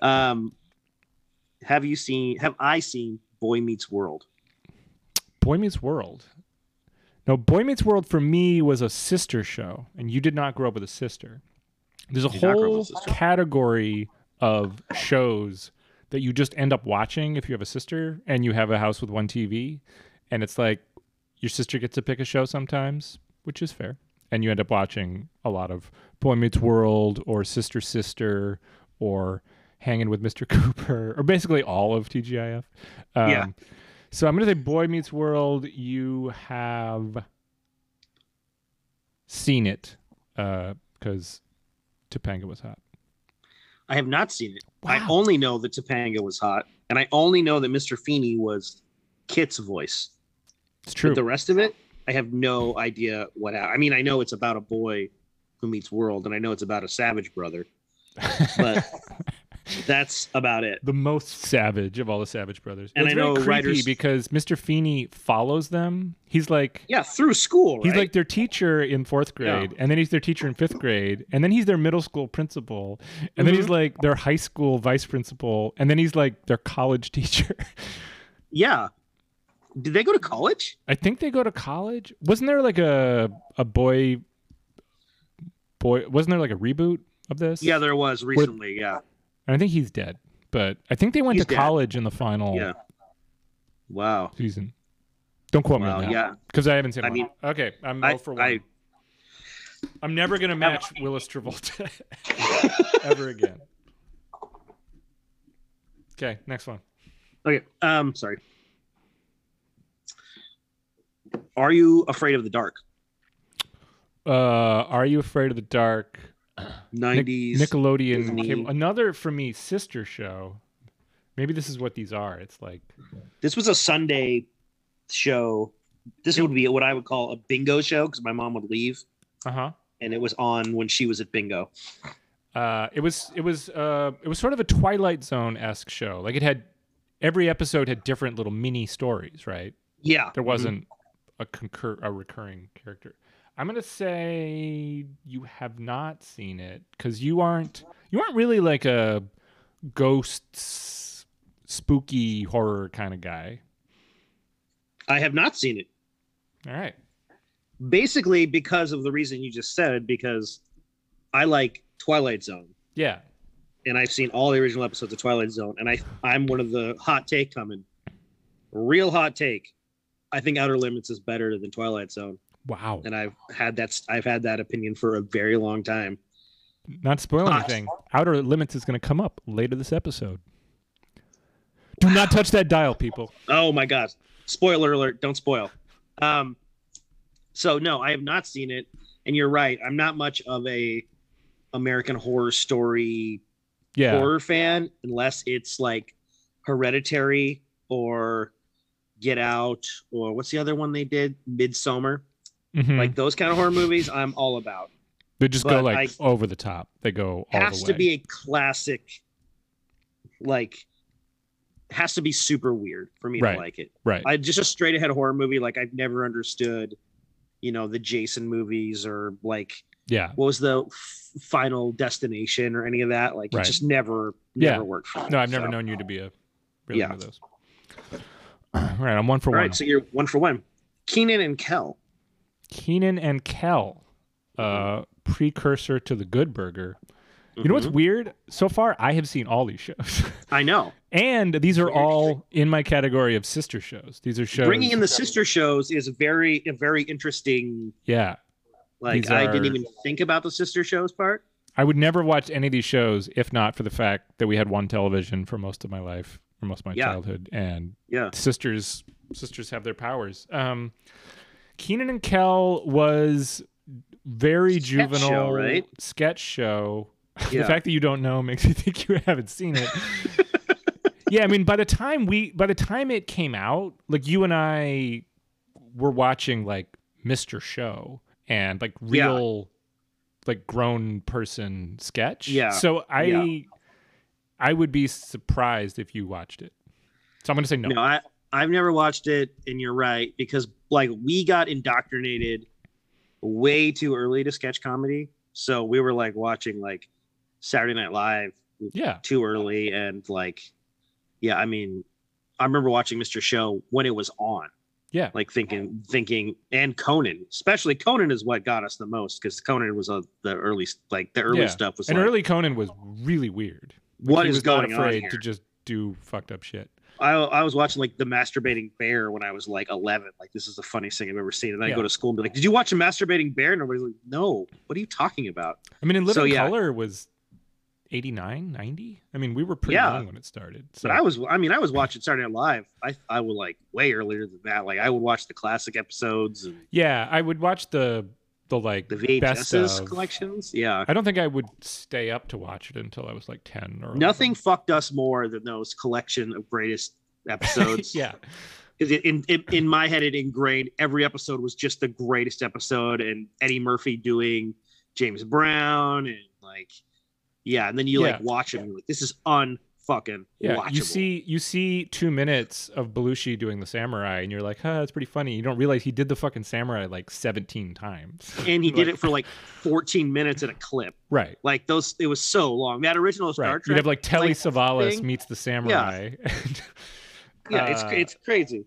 S2: Um, have you seen? Have I seen Boy Meets World?
S3: Boy Meets World. No, Boy Meets World for me was a sister show, and you did not grow up with a sister. There's a
S2: Did not grow up
S3: whole
S2: with a sister.
S3: category of shows that you just end up watching if you have a sister and you have a house with one TV, and it's like your sister gets to pick a show sometimes, which is fair, and you end up watching a lot of Boy Meets World or Sister Sister or Hanging with Mr. Cooper or basically all of TGIF. Um,
S2: Yeah.
S3: So I'm gonna say Boy Meets World. You have seen it because Topanga was hot.
S2: I have not seen it. I
S3: Wow.
S2: only know that Topanga was hot, and I only know that Mr. Feeney was Kit's voice.
S3: It's
S2: But
S3: true.
S2: the rest of it, I have no idea what. ha- I mean, I know it's about a boy who meets world, and I know it's about a savage brother, but that's about it.
S3: the most savage of all the Savage Brothers.
S2: And
S3: it's
S2: I
S3: very
S2: know
S3: creepy
S2: writers-
S3: because Mr. Feeney follows them. He's like
S2: Yeah, through school.
S3: he's
S2: right?
S3: like their teacher in fourth grade, and then he's their teacher in fifth grade, and then he's their middle school principal, and then
S2: Mm-hmm.
S3: he's like their high school vice principal, and then he's like their college teacher.
S2: yeah. Did they go to college?
S3: I think they go to college. Wasn't there like a a boy boy? Wasn't there like a reboot of this?
S2: Yeah, there was recently. Yeah.
S3: And I think he's dead, but I think they went
S2: He's
S3: to
S2: dead.
S3: college in the final
S2: Yeah. Wow.
S3: season. Don't quote
S2: Wow.
S3: me on that.
S2: Yeah.
S3: Because I haven't seen.
S2: I
S3: one.
S2: mean,
S3: okay, I'm
S2: I-
S3: 0 for one.
S2: I-
S3: I, am never gonna match Willis Travolta ever again. Okay, next one.
S2: Okay. Um. Sorry. Are you afraid of the dark?
S3: Uh, Are you afraid of the dark? Nic-
S2: Nineties.
S3: Nickelodeon.
S2: Disney.
S3: cable- another for me sister show. Maybe this is what these are. It's like
S2: this was a Sunday show. This would be what I would call a bingo show because my mom would leave,
S3: uh-huh.
S2: and it was on when she was at bingo.
S3: Uh, it was it was uh, it was sort of a Twilight Zone esque show. Like it had every episode had different little mini stories, right?
S2: Yeah.
S3: There wasn't a concur a recurring character. I'm gonna say you have not seen it because you aren't you aren't really like a ghosts spooky horror kind of guy.
S2: I have not seen it.
S3: All right.
S2: Basically, because of the reason you just said, because I like Twilight Zone.
S3: Yeah.
S2: and I've seen all the original episodes of Twilight Zone, and I I'm one of the hot take coming, real hot take. I think Outer Limits is better than Twilight Zone,
S3: Wow.
S2: and I've had that I've had that opinion for a very long time.
S3: Not spoil
S2: Ah.
S3: anything. Outer Limits is going to come up later this episode. Do not touch that dial, people.
S2: Oh my god! Spoiler alert! Don't spoil. Um, so no, I have not seen it, and you're right. I'm not much of a American Horror Story
S3: Yeah.
S2: horror fan unless it's like Hereditary or Get Out, or what's the other one they did? Midsummer.
S3: Mhm.
S2: Like those kind of horror movies, I'm all about.
S3: they just go
S2: but
S3: like over the top. They go all
S2: has
S3: the way.
S2: to be a classic. Like, has to be super weird for me
S3: Right.
S2: to like it.
S3: right.
S2: I just a straight ahead horror movie. Like I've never understood, you know, the Jason movies or like
S3: yeah.
S2: what was the f- Final Destination or any of that. Like
S3: Right.
S2: it just never,
S3: Yeah.
S2: never worked for me.
S3: No, I've never
S2: So-
S3: known you to be a really
S2: Yeah.
S3: one of those. All right, I'm one for
S2: All
S3: one.
S2: right, so you're one for one. Keenan and Kel.
S3: Keenan and Kel, uh,
S2: Mm-hmm.
S3: precursor to the Good Burger. You know what's
S2: Mhm.
S3: weird? So far, I have seen all these shows,
S2: Mm-hmm. I know.
S3: and these are all in my category of sister shows. These are shows.
S2: Bringing in the sister shows is very, a very interesting.
S3: yeah,
S2: Like
S3: These
S2: I didn't
S3: are-
S2: even think about the sister shows part.
S3: I would never watch any of these shows if not for the fact that we had one television for most of my life, for most of my
S2: Yeah.
S3: childhood, and
S2: Yeah.
S3: sisters sisters have their powers. Um, Keenan and Kel was very
S2: Sketch show,
S3: juvenile
S2: right?
S3: sketch show.
S2: Yeah.
S3: the fact that you don't know makes me think you haven't seen it. yeah, I mean, by the time we, by the time it came out, like you and I were watching like Mr. Show and like
S2: Yeah.
S3: real, like grown person sketch.
S2: Yeah,
S3: So I,
S2: yeah.
S3: I would be surprised if you watched it. So I'm gonna say no.
S2: No, I I've never watched it, and you're right because like we got indoctrinated way too early to sketch comedy, so we were like watching like Saturday Night Live
S3: Yeah.
S2: too early, and like yeah, I mean, I remember watching Mr. Show when it was on.
S3: Yeah.
S2: like thinking thinking and Conan, especially Conan is what got us the most because Conan was uh, the early like the early
S3: Yeah.
S2: stuff was
S3: And
S2: like
S3: early Conan was really weird.
S2: what
S3: he
S2: is
S3: was
S2: going on
S3: not afraid
S2: here.
S3: to just do fucked up shit.
S2: I, I was watching like the masturbating bear when I was like 11. Like this is the funniest thing I've ever seen. And I
S3: Yeah.
S2: go to school and be like, "Did you watch a masturbating bear?" And everybody's like, "No. What are you talking about?"
S3: I mean, in Living
S2: So, yeah.
S3: Color was 89, 90. I mean, we were pretty
S2: Yeah.
S3: young when it started. So
S2: But I was, I mean, I was watching Saturday Night Live. I I would like way earlier than that. Like I would watch the classic episodes and
S3: yeah, I would watch the the like
S2: the
S3: best
S2: VHS's
S3: of.
S2: collections. Yeah.
S3: I don't think I would stay up to watch it until I was like 10 or
S2: Nothing
S3: 11.
S2: fucked us more than those collection of greatest episodes.
S3: yeah.
S2: 'Cause it- In, in in my head, it ingrained every episode was just the greatest episode, and Eddie Murphy doing James Brown, and like, yeah, and then you like
S3: Yeah.
S2: watch him, you're like, this is unfucking
S3: Yeah,
S2: watchable.
S3: you see, you see two minutes of Belushi doing the samurai, and you're like, "Huh, that's pretty funny." You don't realize he did the fucking samurai like 17 times.
S2: and he did
S3: like-
S2: it for like 14 minutes in a clip.
S3: right.
S2: Like those, it was so long. That original Star
S3: right. You'd
S2: Trek,
S3: have like Telly
S2: like,
S3: Savalas
S2: thing.
S3: meets the samurai.
S2: yeah, it's
S3: uh,
S2: it's crazy.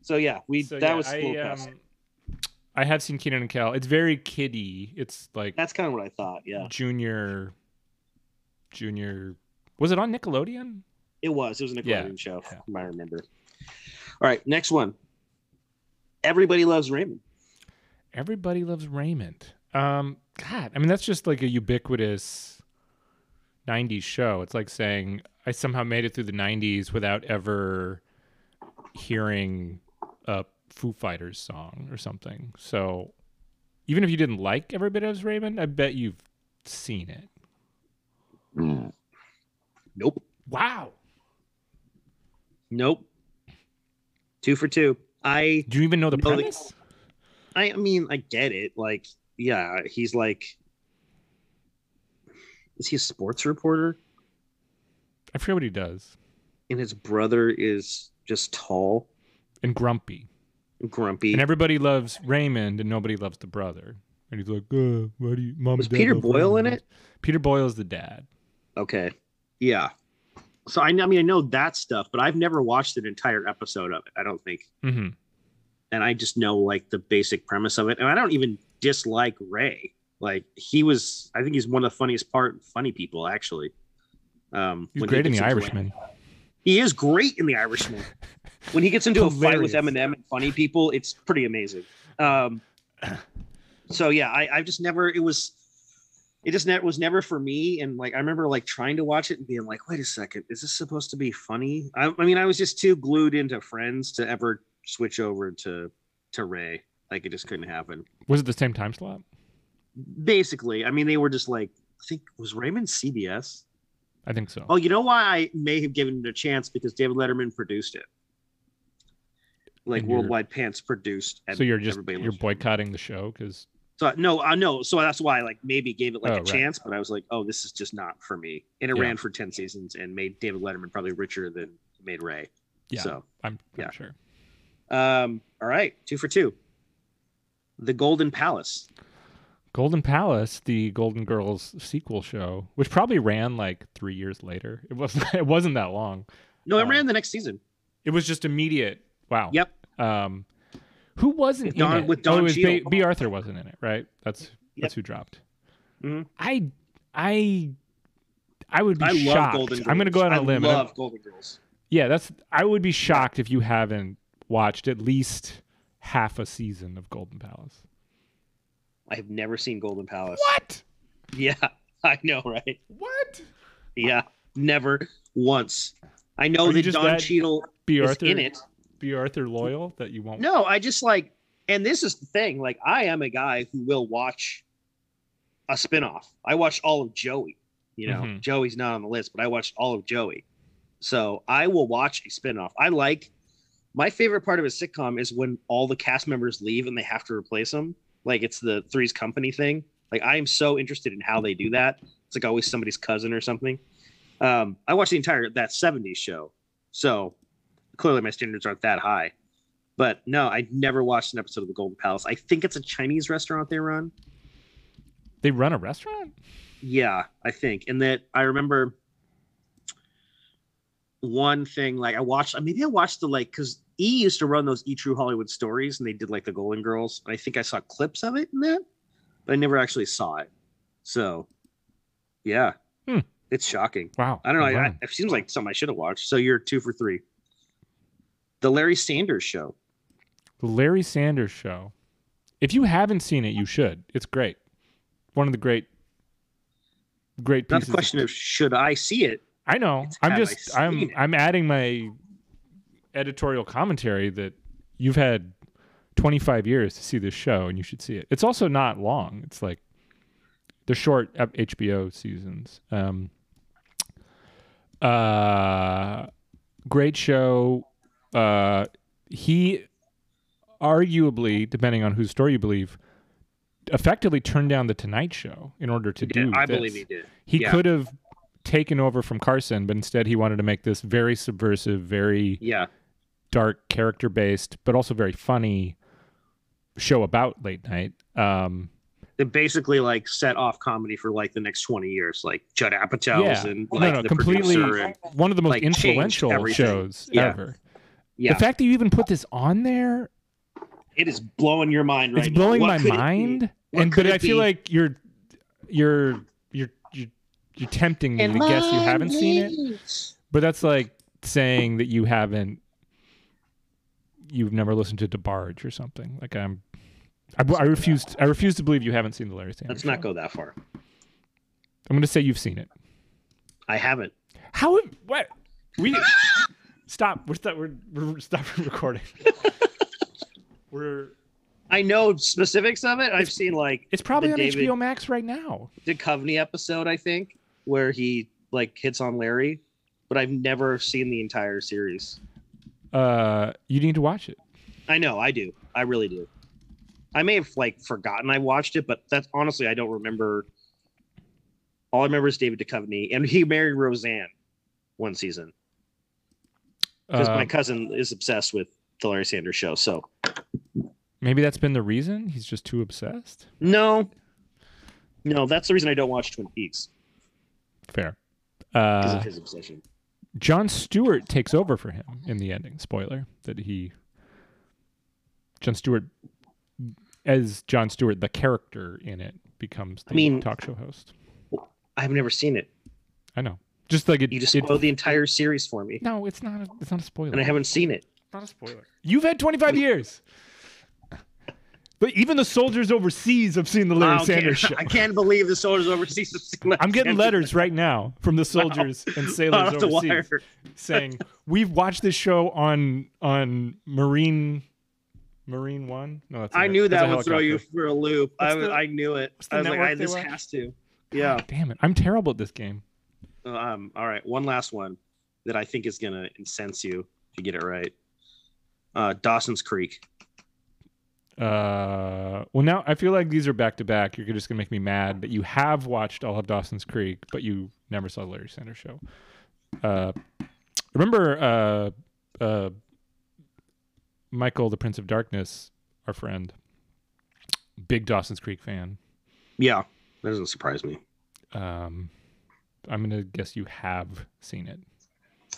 S2: So yeah, we
S3: So,
S2: that
S3: yeah,
S2: was school
S3: I,
S2: classic.
S3: um, I have seen Keenan and Kel. It's very kiddie. It's like
S2: That's kind of what I thought. Yeah,
S3: junior, junior. Was it on Nickelodeon?
S2: it was. It was a Nickelodeon
S3: Yeah,
S2: show.
S3: yeah.
S2: From what I remember. All right, next one. Everybody loves Raymond.
S3: Everybody loves Raymond. Um, God, I mean that's just like a ubiquitous '90s show. It's like saying I somehow made it through the '90s without ever hearing a Foo Fighters song or something. So even if you didn't like Everybody Loves Raymond, I bet you've seen it.
S2: Nope.
S3: Wow.
S2: Nope. Two for two. I
S3: Do you even know the
S2: No, the-
S3: premise?
S2: I mean I get it. Like yeah, he's like is he a sports reporter?
S3: I forget what he does.
S2: And his brother is just tall,
S3: And Grumpy.
S2: and grumpy.
S3: And everybody loves Raymond, and nobody loves the brother. And he's like, uh, "Why do you, mom?"
S2: Was
S3: and dad
S2: Peter
S3: love
S2: Boyle in
S3: Raymond?" Peter Boyle's the dad.
S2: okay. Yeah. So I, I mean I know that stuff, but I've never watched an entire episode of it, I don't think.
S3: hmm
S2: and I just know like the basic premise of it. And I don't even dislike Ray. Like he was, I think he's one of the funniest part, funny people actually. Um,
S3: He's
S2: when he
S3: great in
S2: gets
S3: The
S2: into-
S3: Irishman.
S2: He is great in The Irishman. when he gets into a fight with
S3: Hilarious.
S2: Eminem and funny people, it's pretty amazing. Um, so yeah, I, I've just never. It was. It just ne- was never for me, and like I remember like trying to watch it and being like, "Wait a second, is this supposed to be funny?" I, I mean, I was just too glued into Friends to ever switch over to to Ray. Like it just couldn't happen.
S3: Was it the same time slot?
S2: Basically, I mean, they were just like, I think was Raymond CBS.
S3: I think so.
S2: Oh, you know why I may have given it a chance because David Letterman produced it. like
S3: And you're-
S2: worldwide pants produced. and
S3: so you're just
S2: everybody
S3: you're
S2: loves-
S3: boycotting the show because
S2: So no, I know. So that's why I like maybe gave it like
S3: Oh,
S2: a
S3: right.
S2: chance, but I was like, oh, this is just not for me. And it
S3: Yeah.
S2: ran for ten seasons and made David Letterman probably richer than it made Ray.
S3: yeah,
S2: So
S3: I'm, I'm
S2: yeah.
S3: sure.
S2: um, all right, two for two. The Golden Palace.
S3: Golden Palace, the Golden Girls sequel show, which probably ran like three years later. It was it wasn't that long.
S2: No, it
S3: Um,
S2: ran the next season.
S3: It was just immediate. Wow.
S2: Yep.
S3: Um, who wasn't
S2: Don-
S3: in it?
S2: with
S3: oh, it
S2: Don
S3: was B,
S2: Cheadle.
S3: B. Arthur wasn't in it, right? That's that's who dropped.
S2: Mhm.
S3: I I I would be
S2: I love
S3: shocked.
S2: Golden Girls.
S3: I'm going to go out on
S2: I
S3: a limb. and I'm-
S2: love Golden Girls.
S3: yeah, that's. I would be shocked if you haven't watched at least half a season of Golden Palace.
S2: I have never seen Golden Palace.
S3: What?
S2: Yeah, I know, right?
S3: What?
S2: Yeah, never once. I know
S3: Are you
S2: that
S3: just
S2: Don
S3: that
S2: Cheadle
S3: B.
S2: is
S3: Arthur
S2: in it.
S3: B. Arthur loyal that you won't.
S2: No, I just like, and this is the thing. Like, I am a guy who will watch a spinoff. I watched all of Joey. You know,
S3: Mhm.
S2: Joey's not on the list, but I watched all of Joey. So I will watch a spinoff. I like my favorite part of a sitcom is when all the cast members leave and they have to replace them. Like it's the Three's Company thing. Like I am so interested in how they do that. It's like always somebody's cousin or something. Um, I watched the entire that '70s show, so clearly my standards aren't that high. But no, I never watched an episode of the Golden Palace. I think it's a Chinese restaurant they run.
S3: They run a restaurant.
S2: Yeah, I think. And that I remember one thing like I watched, I maybe I watched the like because E used to run those E True Hollywood stories and they did like the Golden Girls. And I think I saw clips of it in that, but I never actually saw it. So yeah,
S3: Hmm.
S2: it's shocking.
S3: Wow.
S2: I don't know. I,
S3: Wow.
S2: I, it seems like something I should have watched. So you're two for three. The Larry Sanders Show.
S3: The Larry Sanders Show. If you haven't seen it, you should. It's great. One of the great, great
S2: Not
S3: pieces.
S2: a question of should I see it.
S3: I know.
S2: it's
S3: I'm
S2: have I
S3: just. I'm.
S2: seen it?
S3: I'm adding my editorial commentary that you've had 25 years to see this show, and you should see it. It's also not long. It's like the short ep- HBO seasons. Um. Uh, great show. Uh, he arguably, depending on whose story you believe, effectively turned down the Tonight Show in order to
S2: Yeah,
S3: do.
S2: I
S3: this.
S2: believe he did.
S3: He
S2: Yeah.
S3: could have taken over from Carson, but instead he wanted to make this very subversive, very
S2: Yeah.
S3: dark, character based, but also very funny show about late night. Um,
S2: that basically like set off comedy for like the next 20 years like judd apatow's
S3: yeah, Oh,
S2: and
S3: no,
S2: like
S3: no,
S2: the
S3: completely
S2: producer and
S3: one of the most
S2: like, changed
S3: influential
S2: everything.
S3: shows
S2: Yeah.
S3: ever.
S2: yeah
S3: The fact that you even put this on there,
S2: it is blowing your mind right
S3: it's
S2: now.
S3: blowing
S2: What
S3: my
S2: could it be?
S3: mind.
S2: What
S3: And
S2: could
S3: but
S2: it
S3: I feel
S2: be?
S3: like you're, you're, you're, you're, you're tempting me
S2: And
S3: to guess you
S2: my
S3: haven't seen it.
S2: knees.
S3: But that's like saying that you haven't, you've never listened to DeBarge or something. Like I'm, I, I refuse. I refuse to believe you haven't seen the Larry Sanders.
S2: let's not go
S3: Show.
S2: that far
S3: I'm going to say you've seen it.
S2: i haven't
S3: How? What? We stop. We're stop. We're, we're stop recording. we're.
S2: i know specifics of it i've seen like
S3: It's probably
S2: The
S3: on
S2: David-
S3: HBO Max right now.
S2: the Duchovny episode i think where he like hits on larry but i've never seen the entire series
S3: Uh, you need to watch it.
S2: i know i do i really do i may have like forgotten i watched it but that's honestly i don't remember all i remember is david Duchovny, and he married roseanne one season because
S3: Uh,
S2: my cousin is obsessed with the Larry Sanders Show. So
S3: maybe that's been the reason he's just too obsessed.
S2: no, no, that's the reason I don't watch Twin Peaks
S3: Fair.
S2: because
S3: Uh,
S2: of his obsession.
S3: John Stewart takes over for him in the ending. Spoiler that he John Stewart as John Stewart, the character in it becomes the
S2: I mean-
S3: talk show host.
S2: I've never seen it.
S3: I know. Just like it,
S2: You just
S3: it-
S2: spoiled the entire series for me,
S3: No, it's not a, it's not a spoiler.
S2: and I haven't seen it.
S3: It's not a spoiler. You've had 25 years. But even the soldiers overseas have seen the Larry
S2: Oh, okay.
S3: Sanders show.
S2: I can't believe the soldiers overseas. have seen Larry
S3: I'm getting
S2: Sanders
S3: letters right now from the soldiers and sailors
S2: off the
S3: overseas.
S2: wire.
S3: saying we've watched this show on on Marine Marine One. No, that's a-
S2: I knew
S3: that's a
S2: that would throw you
S3: helicopter.
S2: for a loop.
S3: What's
S2: I,
S3: the-
S2: I knew it.
S3: what's the
S2: I was like,
S3: network
S2: I,
S3: they
S2: this
S3: watch?
S2: has to. Yeah. Oh,
S3: God damn it! I'm terrible at this game.
S2: Um, all right. One last one that I think is gonna incense you if you get it right. uh, Dawson's Creek.
S3: Uh, well, now I feel like these are back to back. You're just gonna make me mad, but you have watched all of Dawson's Creek, but you never saw the Larry Sanders Show. Uh, remember uh, uh, Michael, the Prince of Darkness, our friend, big Dawson's Creek fan.
S2: Yeah, that doesn't surprise me.
S3: Um, I'm gonna guess you have seen it.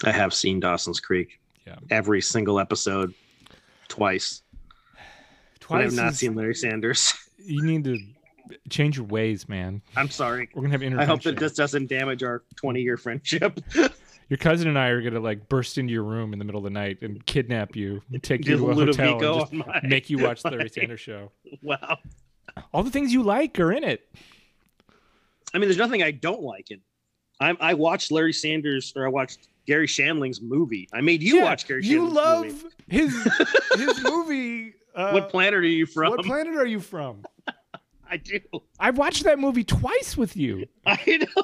S2: I have seen Dawson's Creek.
S3: Yeah.
S2: Every single episode, twice. But I've not
S3: is-
S2: seen Larry Sanders.
S3: You need to change your ways, man.
S2: I'm sorry.
S3: We're gonna have
S2: I
S3: intervention.
S2: hope that this doesn't damage our 20 year friendship.
S3: Your cousin and I are gonna like burst into your room in the middle of the night and kidnap you, and take you
S2: Did
S3: to a hotel,
S2: Ludovico
S3: and
S2: on my
S3: just make you watch the Larry
S2: like-
S3: Sanders Show.
S2: wow.
S3: All the things you like are in it.
S2: I mean, there's nothing I don't like in. I'm, I watched Larry Sanders or I watched Gary Shanling's movie. I made you
S3: Yeah,
S2: watch Gary
S3: You
S2: Shanling's
S3: love
S2: movie.
S3: his his movie. Uh,
S2: what planet are you from?
S3: What planet are you from?
S2: I do.
S3: I watched that movie twice with you.
S2: I know.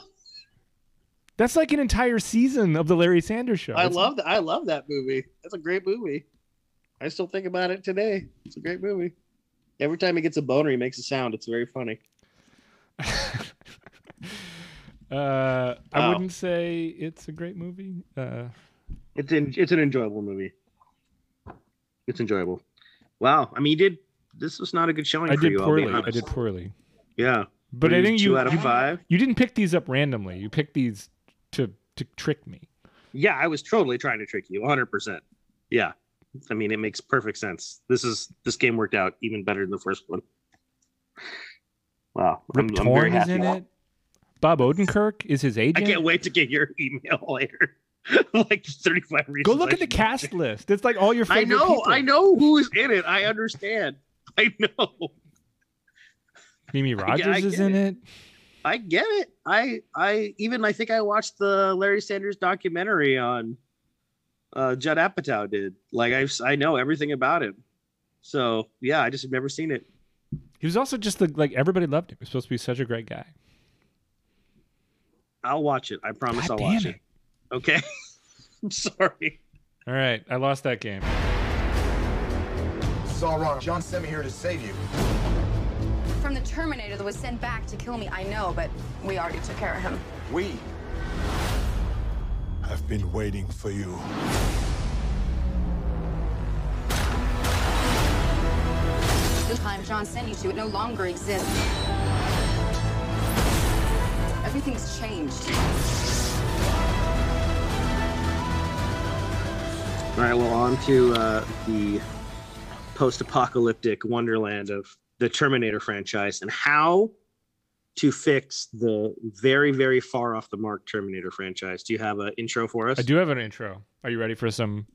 S3: That's like an entire season of the Larry Sanders Show.
S2: I
S3: It's-
S2: love that. I love that movie. That's a great movie. I still think about it today. It's a great movie. Every time he gets a boner, he makes a sound. It's very funny.
S3: uh, I
S2: Wow.
S3: wouldn't say it's a great movie. Uh,
S2: It's in, it's an enjoyable movie. It's enjoyable. Wow. I mean, you did. This was not a good showing
S3: I
S2: for
S3: did
S2: you. I'll be
S3: poorly. I
S2: honest.
S3: did poorly.
S2: Yeah.
S3: But
S2: Were
S3: I
S2: you
S3: think
S2: two
S3: you
S2: out of
S3: you,
S2: five.
S3: you didn't pick these up randomly. You picked these to to trick me.
S2: Yeah, I was totally trying to trick you, 100%. Yeah. I mean, it makes perfect sense. This is this game worked out even better than the first one. Wow. I'm,
S3: Rip
S2: I'm very
S3: Torn is
S2: happy.
S3: in it. Bob Odenkirk is his
S2: I
S3: agent.
S2: can't wait to get your email later. like 35 reasons.
S3: Go look
S2: I
S3: at the
S2: should-
S3: cast list. It's like all your favorite
S2: I know.
S3: people.
S2: I know who is in it. I understand. I know.
S3: Mimi Rogers
S2: I
S3: is
S2: get
S3: in it.
S2: I get it. I I even I think I watched the Larry Sanders documentary on uh Judd Apatow did. Like I I know everything about him. So, yeah, I just have never seen it.
S3: He was also just the, like everybody loved him. He was supposed to be such a great guy.
S2: I'll watch it. I promise
S3: God
S2: I'll
S3: damn
S2: watch
S3: it.
S2: it. Okay. I'm sorry.
S3: All right, I lost that game.
S4: This is all wrong. John sent me here to save you.
S5: From the Terminator that was sent back to kill me, I know, but we already took care of him.
S4: We.
S6: I've been waiting for you.
S5: The time John sent you to, it no longer exists. Everything's changed.
S2: All right, well, on to uh the post-apocalyptic wonderland of the Terminator franchise and how to fix the very very far off the mark Terminator franchise. Do you have an intro for us?
S3: I do have an intro. Are you ready for some,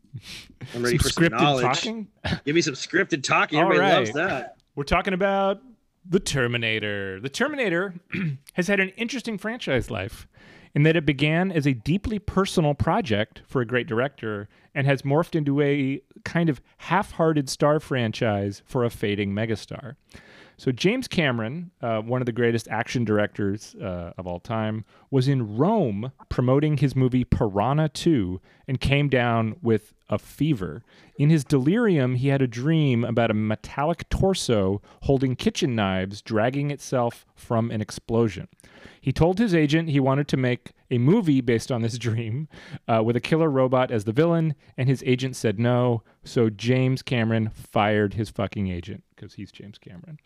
S2: I'm ready
S3: some
S2: for some
S3: scripted
S2: knowledge.
S3: talking?
S2: Give me some scripted talking.
S3: All
S2: Everybody loves
S3: right.
S2: that.
S3: We're talking about The Terminator. The Terminator has had an interesting franchise life in that it began as a deeply personal project for a great director and has morphed into a kind of half hearted star franchise for a fading megastar. So, James Cameron, uh, one of the greatest action directors uh, of all time, was in Rome promoting his movie Piranha 2 and came down with a fever. In his delirium, he had a dream about a metallic torso holding kitchen knives dragging itself from an explosion. He told his agent he wanted to make a movie based on this dream uh, with a killer robot as the villain, and his agent said no. So James Cameron fired his fucking agent because he's James Cameron.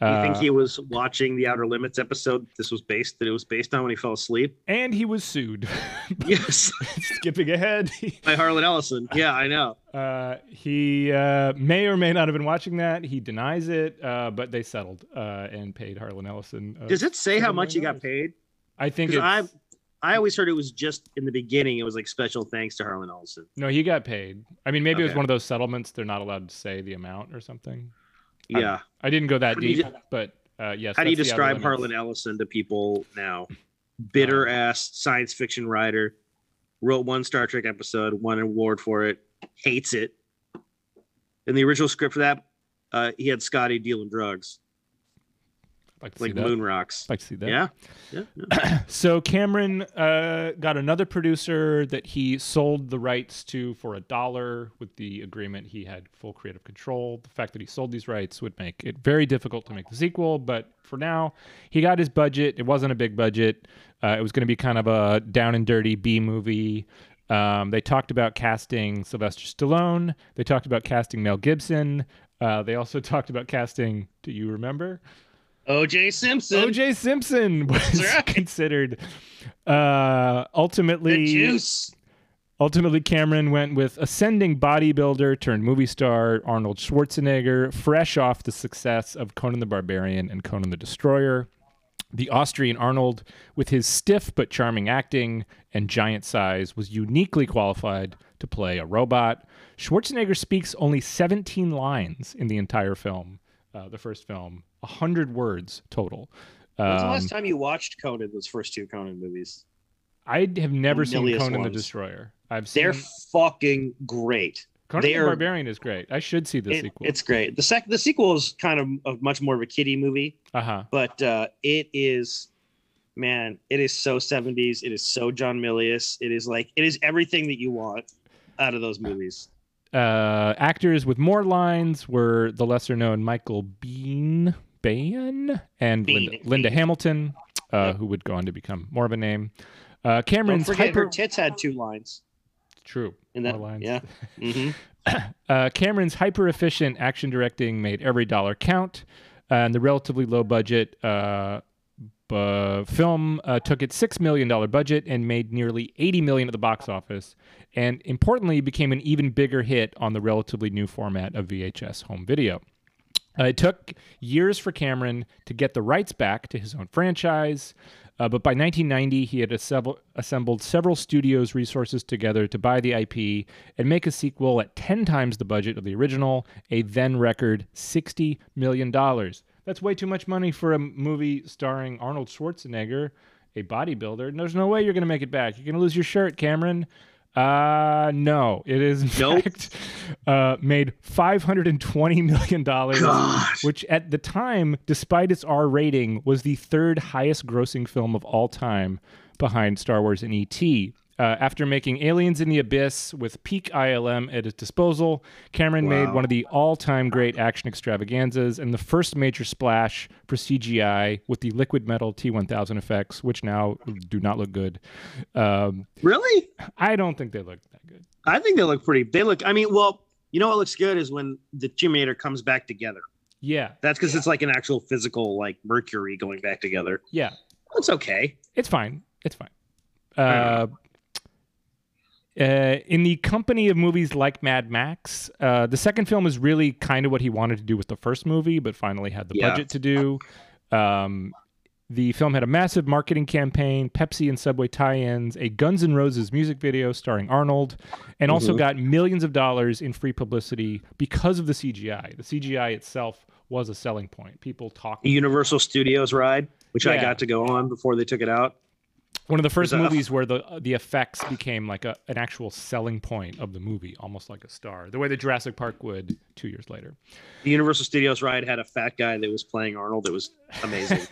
S2: You
S3: Uh,
S2: think he was watching the Outer Limits episode? This was based that it was based on when he fell asleep.
S3: and he was sued.
S2: Yes,
S3: Skipping ahead,
S2: by Harlan Ellison. Yeah, I know.
S3: uh, he uh, may or may not have been watching that. He denies it, uh, but they settled uh, and paid Harlan Ellison. Uh,
S2: Does it say how
S3: $7
S2: much he got
S3: million?
S2: paid?
S3: I think
S2: 'Cause
S3: it's,
S2: I, I always heard it was just in the beginning. It was like special thanks to Harlan Ellison.
S3: no, he got paid. I mean, maybe it was
S2: Okay.
S3: one of those settlements they're not allowed to say the amount or something.
S2: Yeah.
S3: I didn't go that
S2: How do you
S3: deep, but uh, yes.
S2: how do you
S3: that's the outer
S2: describe
S3: limits. Um,
S2: Harlan Ellison to people now? Bitter ass science fiction writer. Wrote one Star Trek episode, won an award for it, hates it. In the original script for that, uh, he had Scotty dealing drugs.
S3: Like to see
S2: like
S3: that.
S2: moon rocks.
S3: Like to see that.
S2: yeah. yeah, yeah.
S3: So Cameron uh, got another producer that he sold the rights to for a dollar with the agreement he had full creative control. The fact that he sold these rights would make it very difficult to make the sequel, but for now, he got his budget. It wasn't a big budget. Uh, it was going to be kind of a down and dirty B movie. Um, they talked about casting Sylvester Stallone. They talked about casting Mel Gibson. Uh, they also talked about casting. Do you remember?
S2: OJ Simpson.
S3: OJ Simpson was
S2: right.
S3: considered. Uh, ultimately,
S2: the juice.
S3: ultimately Cameron went with ascending bodybuilder turned movie star Arnold Schwarzenegger, fresh off the success of Conan the Barbarian and Conan the Destroyer. The Austrian Arnold, with his stiff but charming acting and giant size, was uniquely qualified to play a robot. Schwarzenegger speaks only 17 lines in the entire film, uh, the first film, 100 words total.
S6: When's the
S3: Um,
S6: last time you watched Conan? Those first two Conan movies,
S3: I d- have never seen
S6: Nilius
S3: Conan the
S6: ones.
S3: Destroyer. I've seen
S6: they're fucking great.
S3: Conan
S6: they're-
S3: the Barbarian is great. I should see the
S6: It-
S3: sequel.
S6: it's great. The sec- the sequel is kind of a, much more of a kiddie movie,
S3: uh huh.
S6: but uh, it is, man, it is so seventies. It is so John Milius. It is like it is everything that you want out of those movies.
S3: uh, actors with more lines were the lesser known Michael Bean, Bain and
S6: Bean,
S3: Linda, Linda
S6: Bean.
S3: Hamilton, uh,
S6: Yep.
S3: who would go on to become more of a name. Uh,
S6: Don't
S3: Cameron's
S6: forget her
S3: hyper
S6: tits had two lines.
S3: true
S6: In that,
S3: more lines.
S6: yeah, hmm
S3: Uh, Cameron's hyper efficient action directing made every dollar count, uh, and the relatively low budget uh, bu- film uh, took its $6 million budget and made nearly $80 million at the box office, and importantly, became an even bigger hit on the relatively new format of VHS home video. Uh, it took years for Cameron to get the rights back to his own franchise, uh, but by 1990, he had assemble- assembled several studios' resources together to buy the IP and make a sequel at 10 times the budget of the original, a then record $60 million. That's way too much money for a movie starring Arnold Schwarzenegger, a bodybuilder. And there's no way you're going to make it back. You're going to lose your shirt, Cameron. Uh, no, it is in
S2: Nope.
S3: fact uh, made 520 million dollars
S2: God.
S3: which at the time, despite its R rating, was the third highest grossing film of all time behind Star Wars and E.T. Uh, after making Aliens in the Abyss with peak ILM at his disposal, Cameron made one of the all time great action extravaganzas and the first major splash for CGI with the liquid metal T 1000 effects, which now do not look good. Um,
S2: Really?
S3: I don't think they look that good.
S2: I think they look pretty. They look. I mean, well, you know what looks good is when the Terminator comes back together.
S3: Yeah,
S2: That's because it's like an actual physical, like Mercury going back together.
S3: yeah.
S2: That's okay.
S3: It's fine. It's fine. Uh, uh, in the company of movies like Mad Max, uh, the second film is really kind of what he wanted to do with the first movie, but finally had the
S2: Yeah.
S3: budget to do. Um, the film had a massive marketing campaign, Pepsi and Subway tie-ins, a Guns N' Roses music video starring Arnold, and also got millions of dollars in free publicity because of the CGI. The CGI itself was a selling point. People talked
S2: The Universal Studios ride, which I
S3: Yeah.
S2: got to go on before they took it out.
S3: one of the first
S2: There's a-
S3: movies where the uh, the effects became like a, an actual selling point of the movie, almost like a star, the way that Jurassic Park would two years later.
S2: The Universal Studios ride had a fat guy that was playing Arnold. It was amazing.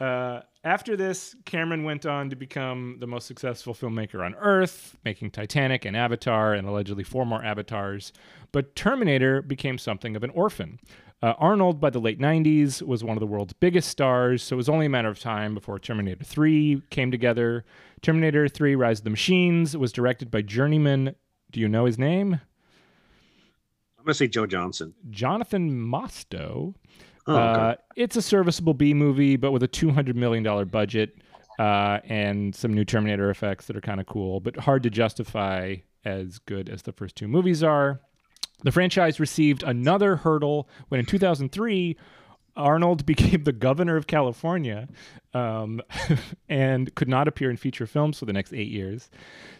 S3: Uh, after this, Cameron went on to become the most successful filmmaker on Earth, making Titanic and Avatar and allegedly four more Avatars. But Terminator became something of an orphan. Uh, Arnold, by the late 90s, was one of the world's biggest stars, so it was only a matter of time before Terminator 3 came together. Terminator 3 Rise of the Machines was directed by journeyman, do you know his name?
S2: I'm gonna say Joe Johnson.
S3: Jonathan Mostow.
S2: Oh, God.
S3: Uh, it's a serviceable B movie, but with a two hundred million dollar budget uh, and some new Terminator effects that are kind of cool, but hard to justify as good as the first two movies are. The franchise received another hurdle when, in two thousand three, Arnold became the governor of California um, and could not appear in feature films for the next eight years.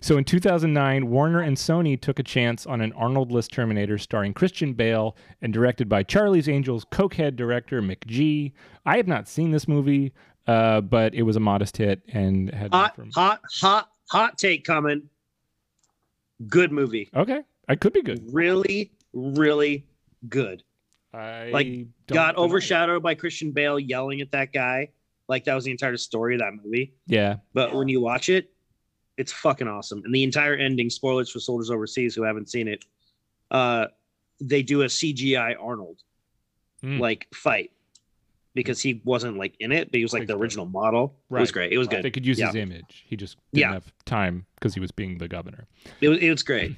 S3: So in 2009, Warner and Sony took a chance on an Arnold-less Terminator starring Christian Bale and directed by Charlie's Angels cokehead director Mick G. I have not seen this movie, uh, but it was a modest hit and had
S2: hot,
S3: from-
S2: hot, hot, hot take coming. Good movie.
S3: okay. I could be good.
S2: Really, really good.
S3: I
S2: Like,
S3: don't
S2: got
S3: deny it.
S2: overshadowed by Christian Bale yelling at that guy. Like that was the entire story of that movie.
S3: Yeah,
S2: But when you watch it, it's fucking awesome. And the entire ending, spoilers for soldiers overseas who haven't seen it, uh, they do a CGI Arnold
S3: Hmm.
S2: like fight because he wasn't like in it, but he was like
S3: Like,
S2: the original model. It was
S3: right,
S2: great. It was
S3: they
S2: good.
S3: could use
S2: Yeah.
S3: his image. He just didn't
S2: Yeah.
S3: have time because he was being the governor.
S2: It was, it was great.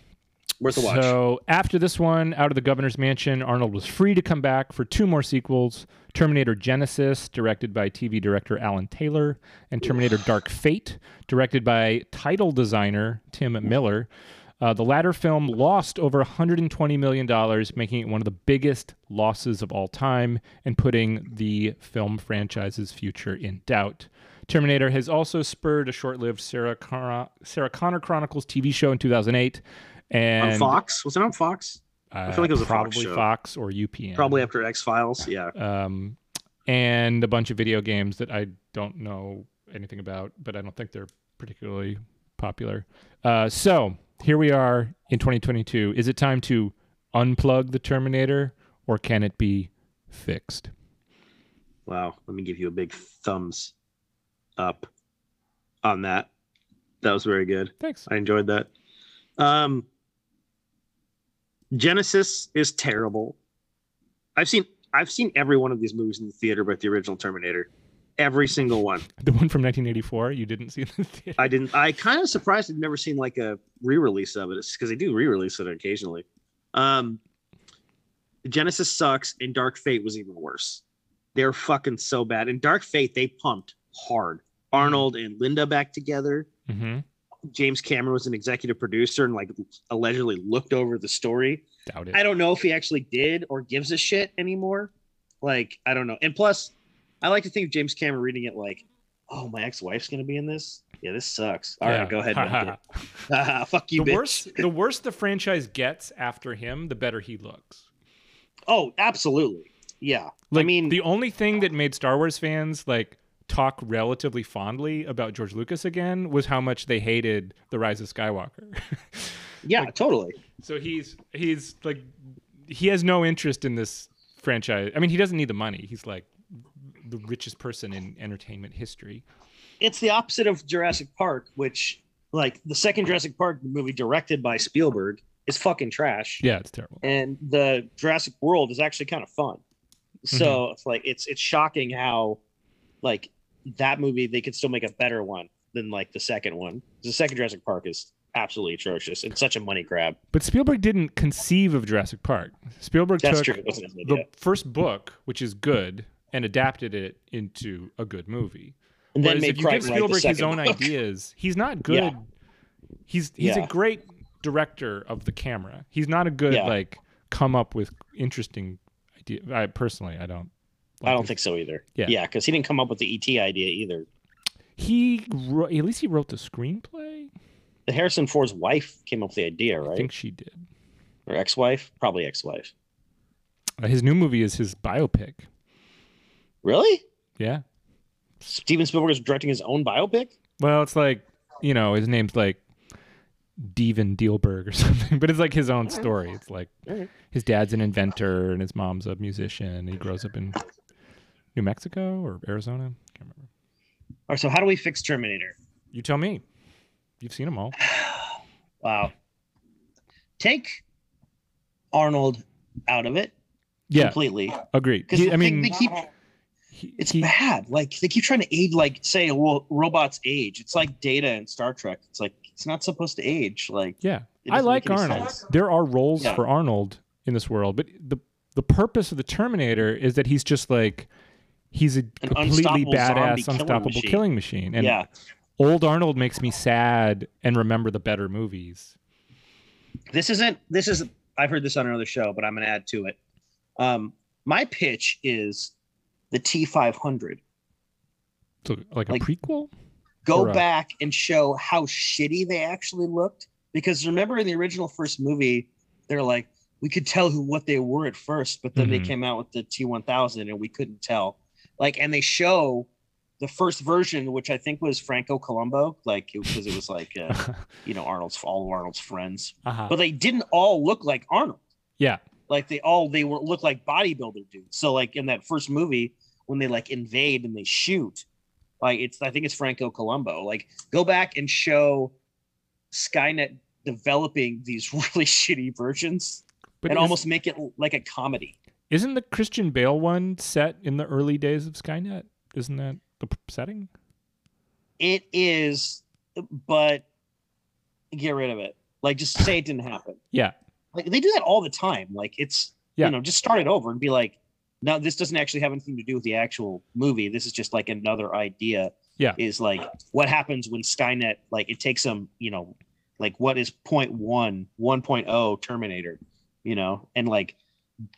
S2: Worth a watch.
S3: So after this one, out of the governor's mansion, Arnold was free to come back for two more sequels: Terminator Genesis, directed by TV director Alan Taylor, and Terminator Dark Fate, directed by title designer Tim Miller. Uh, the latter film lost over 120 million dollars, making it one of the biggest losses of all time and putting the film franchise's future in doubt. Terminator has also spurred a short-lived Sarah Connor, Sarah Connor Chronicles TV show in 2008, and
S2: on Fox? Was it on Fox?
S3: I
S2: feel like it was a Fox
S3: probably
S2: show.
S3: Fox or UPN.
S2: Probably after X Files. Yeah.
S3: Um, and a bunch of video games that I don't know anything about, but I don't think they're particularly popular. Uh, so here we are in 2022. Is it time to unplug the Terminator, or can it be fixed?
S2: Wow. Let me give you a big thumbs up on that. That was very good.
S3: Thanks.
S2: I enjoyed that. Um, Genesis is terrible. I've seen I've seen every one of these movies in the theater, but the original Terminator, every single one.
S3: The one from 1984 you didn't see in the theater.
S2: I didn't. I kind of surprised I've never seen like a re-release of it. It's because they do re-release it occasionally. Um, Genesis sucks, and Dark Fate was even worse. They're fucking so bad. And Dark Fate, they pumped hard. Arnold and Linda back together.
S3: mm-hmm.
S2: James Cameron was an executive producer and like allegedly looked over the story.
S3: Doubt it.
S2: I don't know if he actually did or gives a shit anymore. Like, I don't know. And plus, I like to think of James Cameron reading it like, oh, my ex wife's going to be in this. Yeah, this sucks. All right,
S3: Yeah.
S2: go ahead.
S3: Ha, ha,
S2: make
S3: ha.
S2: it. Ah, Fuck you,
S3: the
S2: bitch.
S3: worse the worse the franchise gets after him, the better he looks.
S2: Oh, absolutely. Yeah.
S3: Like,
S2: I mean,
S3: the only thing that made Star Wars fans like talk relatively fondly about George Lucas again was how much they hated The Rise of Skywalker.
S2: yeah, totally.
S3: so he's he's like he has no interest in this franchise. I mean, he doesn't need the money. He's like the richest person in entertainment history.
S2: It's the opposite of Jurassic Park, which, like, the second Jurassic Park movie directed by Spielberg is fucking trash.
S3: Yeah, it's terrible.
S2: and the Jurassic World is actually kind of fun.
S3: Mm-hmm.
S2: So it's like it's it's shocking how like that movie they could still make a better one than like the second one. The second Jurassic Park is absolutely atrocious. It's such a money grab.
S3: But Spielberg didn't conceive of Jurassic Park. Spielberg
S2: That's
S3: took
S2: true. It wasn't his
S3: the
S2: idea.
S3: first book, which is good, and adapted it into a good movie.
S2: And then
S3: Whereas
S2: made
S3: if you give
S2: Crichton write the
S3: Spielberg his
S2: second
S3: own
S2: book.
S3: ideas, he's not good.
S2: Yeah.
S3: He's he's
S2: Yeah.
S3: a great director of the camera. He's not a good
S2: Yeah.
S3: like come up with interesting idea. I personally, I don't.
S2: I don't
S3: his-
S2: think so either.
S3: Yeah.
S2: Yeah, because he didn't come up with the ET idea either.
S3: he. Wrote, at least he wrote the screenplay.
S2: The Harrison Ford's wife came up with the idea,
S3: I
S2: right?
S3: think she did.
S2: Or ex-wife, probably ex-wife.
S3: Uh, his new movie is his biopic.
S2: Really?
S3: Yeah.
S2: Steven Spielberg is directing his own biopic?
S3: Well, it's like you know his name's like Devin Dealberg or something, but it's like his own story. It's like
S2: Alright.
S3: his dad's an inventor and his mom's a musician. He grows up in New Mexico or Arizona. Can't remember.
S2: All right, so how do we fix Terminator?
S3: You tell me. You've seen them all.
S2: Wow. Take Arnold out of it
S3: Yeah,
S2: completely.
S3: agreed.
S2: Because
S3: He- I mean,
S2: they keep
S3: he-
S2: it's
S3: he-
S2: bad. Like they keep trying to aid, like say, well, robots age. It's like Data in Star Trek. It's like it's not supposed to age. Like
S3: yeah.
S2: it
S3: I
S2: doesn't
S3: like
S2: make any
S3: Arnold.
S2: sense.
S3: There are roles
S2: Yeah.
S3: for Arnold in this world, but the the purpose of the Terminator is that he's just like he's a completely
S2: unstoppable zombie
S3: badass,
S2: killing
S3: unstoppable
S2: machine.
S3: killing machine. And
S2: yeah,
S3: old Arnold makes me sad and remember the better movies.
S2: this isn't. This is. I've heard this on another show, but I'm gonna add to it. Um, my pitch is the T500.
S3: So like a
S2: Like-
S3: prequel?
S2: go
S3: Correct.
S2: back and show how shitty they actually looked because remember in the original first movie they're like we could tell who what they were at first but then they
S3: Mhm.
S2: came out with the t1000 and we couldn't tell like and they show the first version which i think was franco colombo like because it, was like uh,
S3: uh-huh. Uh.
S2: you know arnold's all of arnold's friends but they didn't all look like arnold
S3: Yeah.
S2: like they all they were look like bodybuilder dudes. So like in that first movie when they like invade and they shoot, like it's I think it's Franco Colombo. Like go back and show Skynet developing these really shitty versions
S3: But
S2: and
S3: is-
S2: almost make it like a comedy.
S3: isn't the Christian Bale one set in the early days of Skynet? Isn't that the p- setting?
S2: It is, but get rid of it. Like just say it didn't happen.
S3: Yeah.
S2: Like they do that all the time. Like it's
S3: Yeah.
S2: you know just start it over and be like, no, this doesn't actually have anything to do with the actual movie. This is just like another idea.
S3: Yeah.
S2: Is like what happens when Skynet like it takes them you know like what is point one 1.0 Terminator you know and like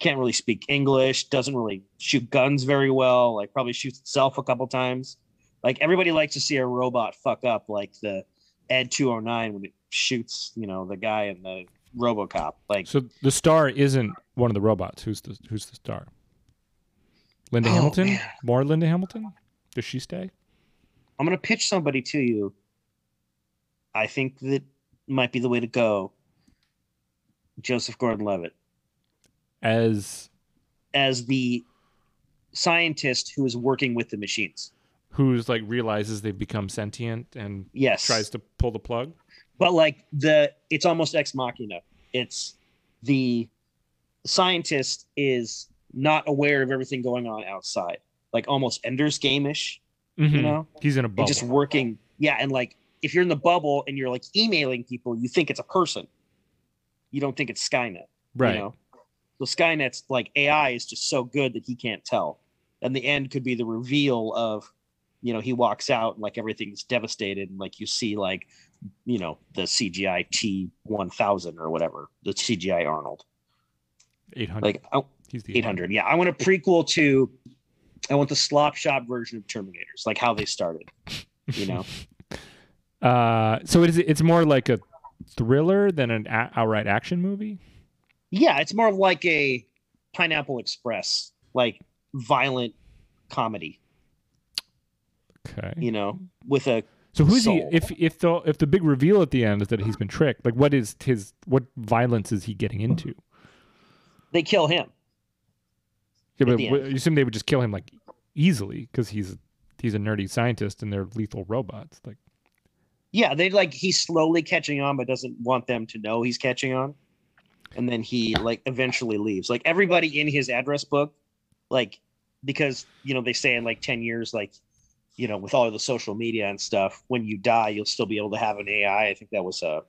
S2: can't really speak English doesn't really shoot guns very well like probably shoots itself a couple times like everybody likes to see a robot fuck up like the ed 209 when it shoots you know the guy in the robocop like
S3: So the star isn't one of the robots. Who's the Who's the star? Linda
S2: Oh,
S3: Hamilton?
S2: man.
S3: More Linda Hamilton? Does she stay?
S2: i'm gonna pitch somebody to you i think that might be the way to go joseph gordon-levitt
S3: As
S2: as the scientist who is working with the machines
S3: who's like realizes they've become sentient and
S2: yes
S3: tries to pull the plug.
S2: but like the it's almost ex machina it's the scientist is not aware of everything going on outside like almost ender's game-ish you
S3: Mhm.
S2: know
S3: He's in a bubble.
S2: and just working yeah and like if you're in the bubble and you're like emailing people you think it's a person you don't think it's skynet
S3: right.
S2: you know so skynet's like ai is just so good that he can't tell and the end could be the reveal of you know he walks out and like everything's devastated and like you see like you know the cgi t1000 or whatever the cgi arnold
S3: 800.
S2: like I,
S3: He's the
S2: 800 yeah i want a prequel to i want the slop shop version of terminators like how they started you know
S3: Uh, so it is, it's more like a thriller than an a- outright action movie.
S2: Yeah, it's more of like a Pineapple Express, like violent comedy,
S3: Okay.
S2: you know, with a
S3: so who's he?
S2: soul.
S3: If if the if the big reveal at the end is that he's been tricked, like what is his what violence is he getting into?
S2: they kill him.
S3: Yeah, but
S2: the
S3: w- you assume they would just kill him like easily because he's he's a nerdy scientist and they're lethal robots. Like
S2: Yeah, they like he's slowly catching on but doesn't want them to know he's catching on. And then he like eventually leaves. Like everybody in his address book, like because you know, they say in like 10 years, like, you know, with all of the social media and stuff, when you die, you'll still be able to have an AI. I think that was a,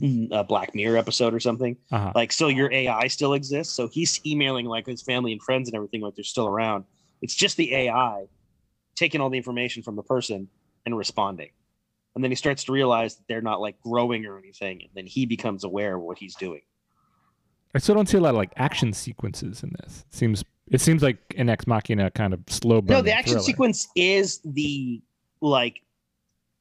S2: mm, a Black Mirror episode or something.
S3: uh
S2: like so your AI still exists. So he's emailing like his family and friends and everything like they're still around. It's just the AI taking all the information from the person and responding. And then he starts to realize that they're not like growing or anything. And then he becomes aware of what he's doing.
S3: I still don't see a lot of like action sequences in this. seems it seems like an ex machina kind of slow burn.
S2: no, the action sequence is the like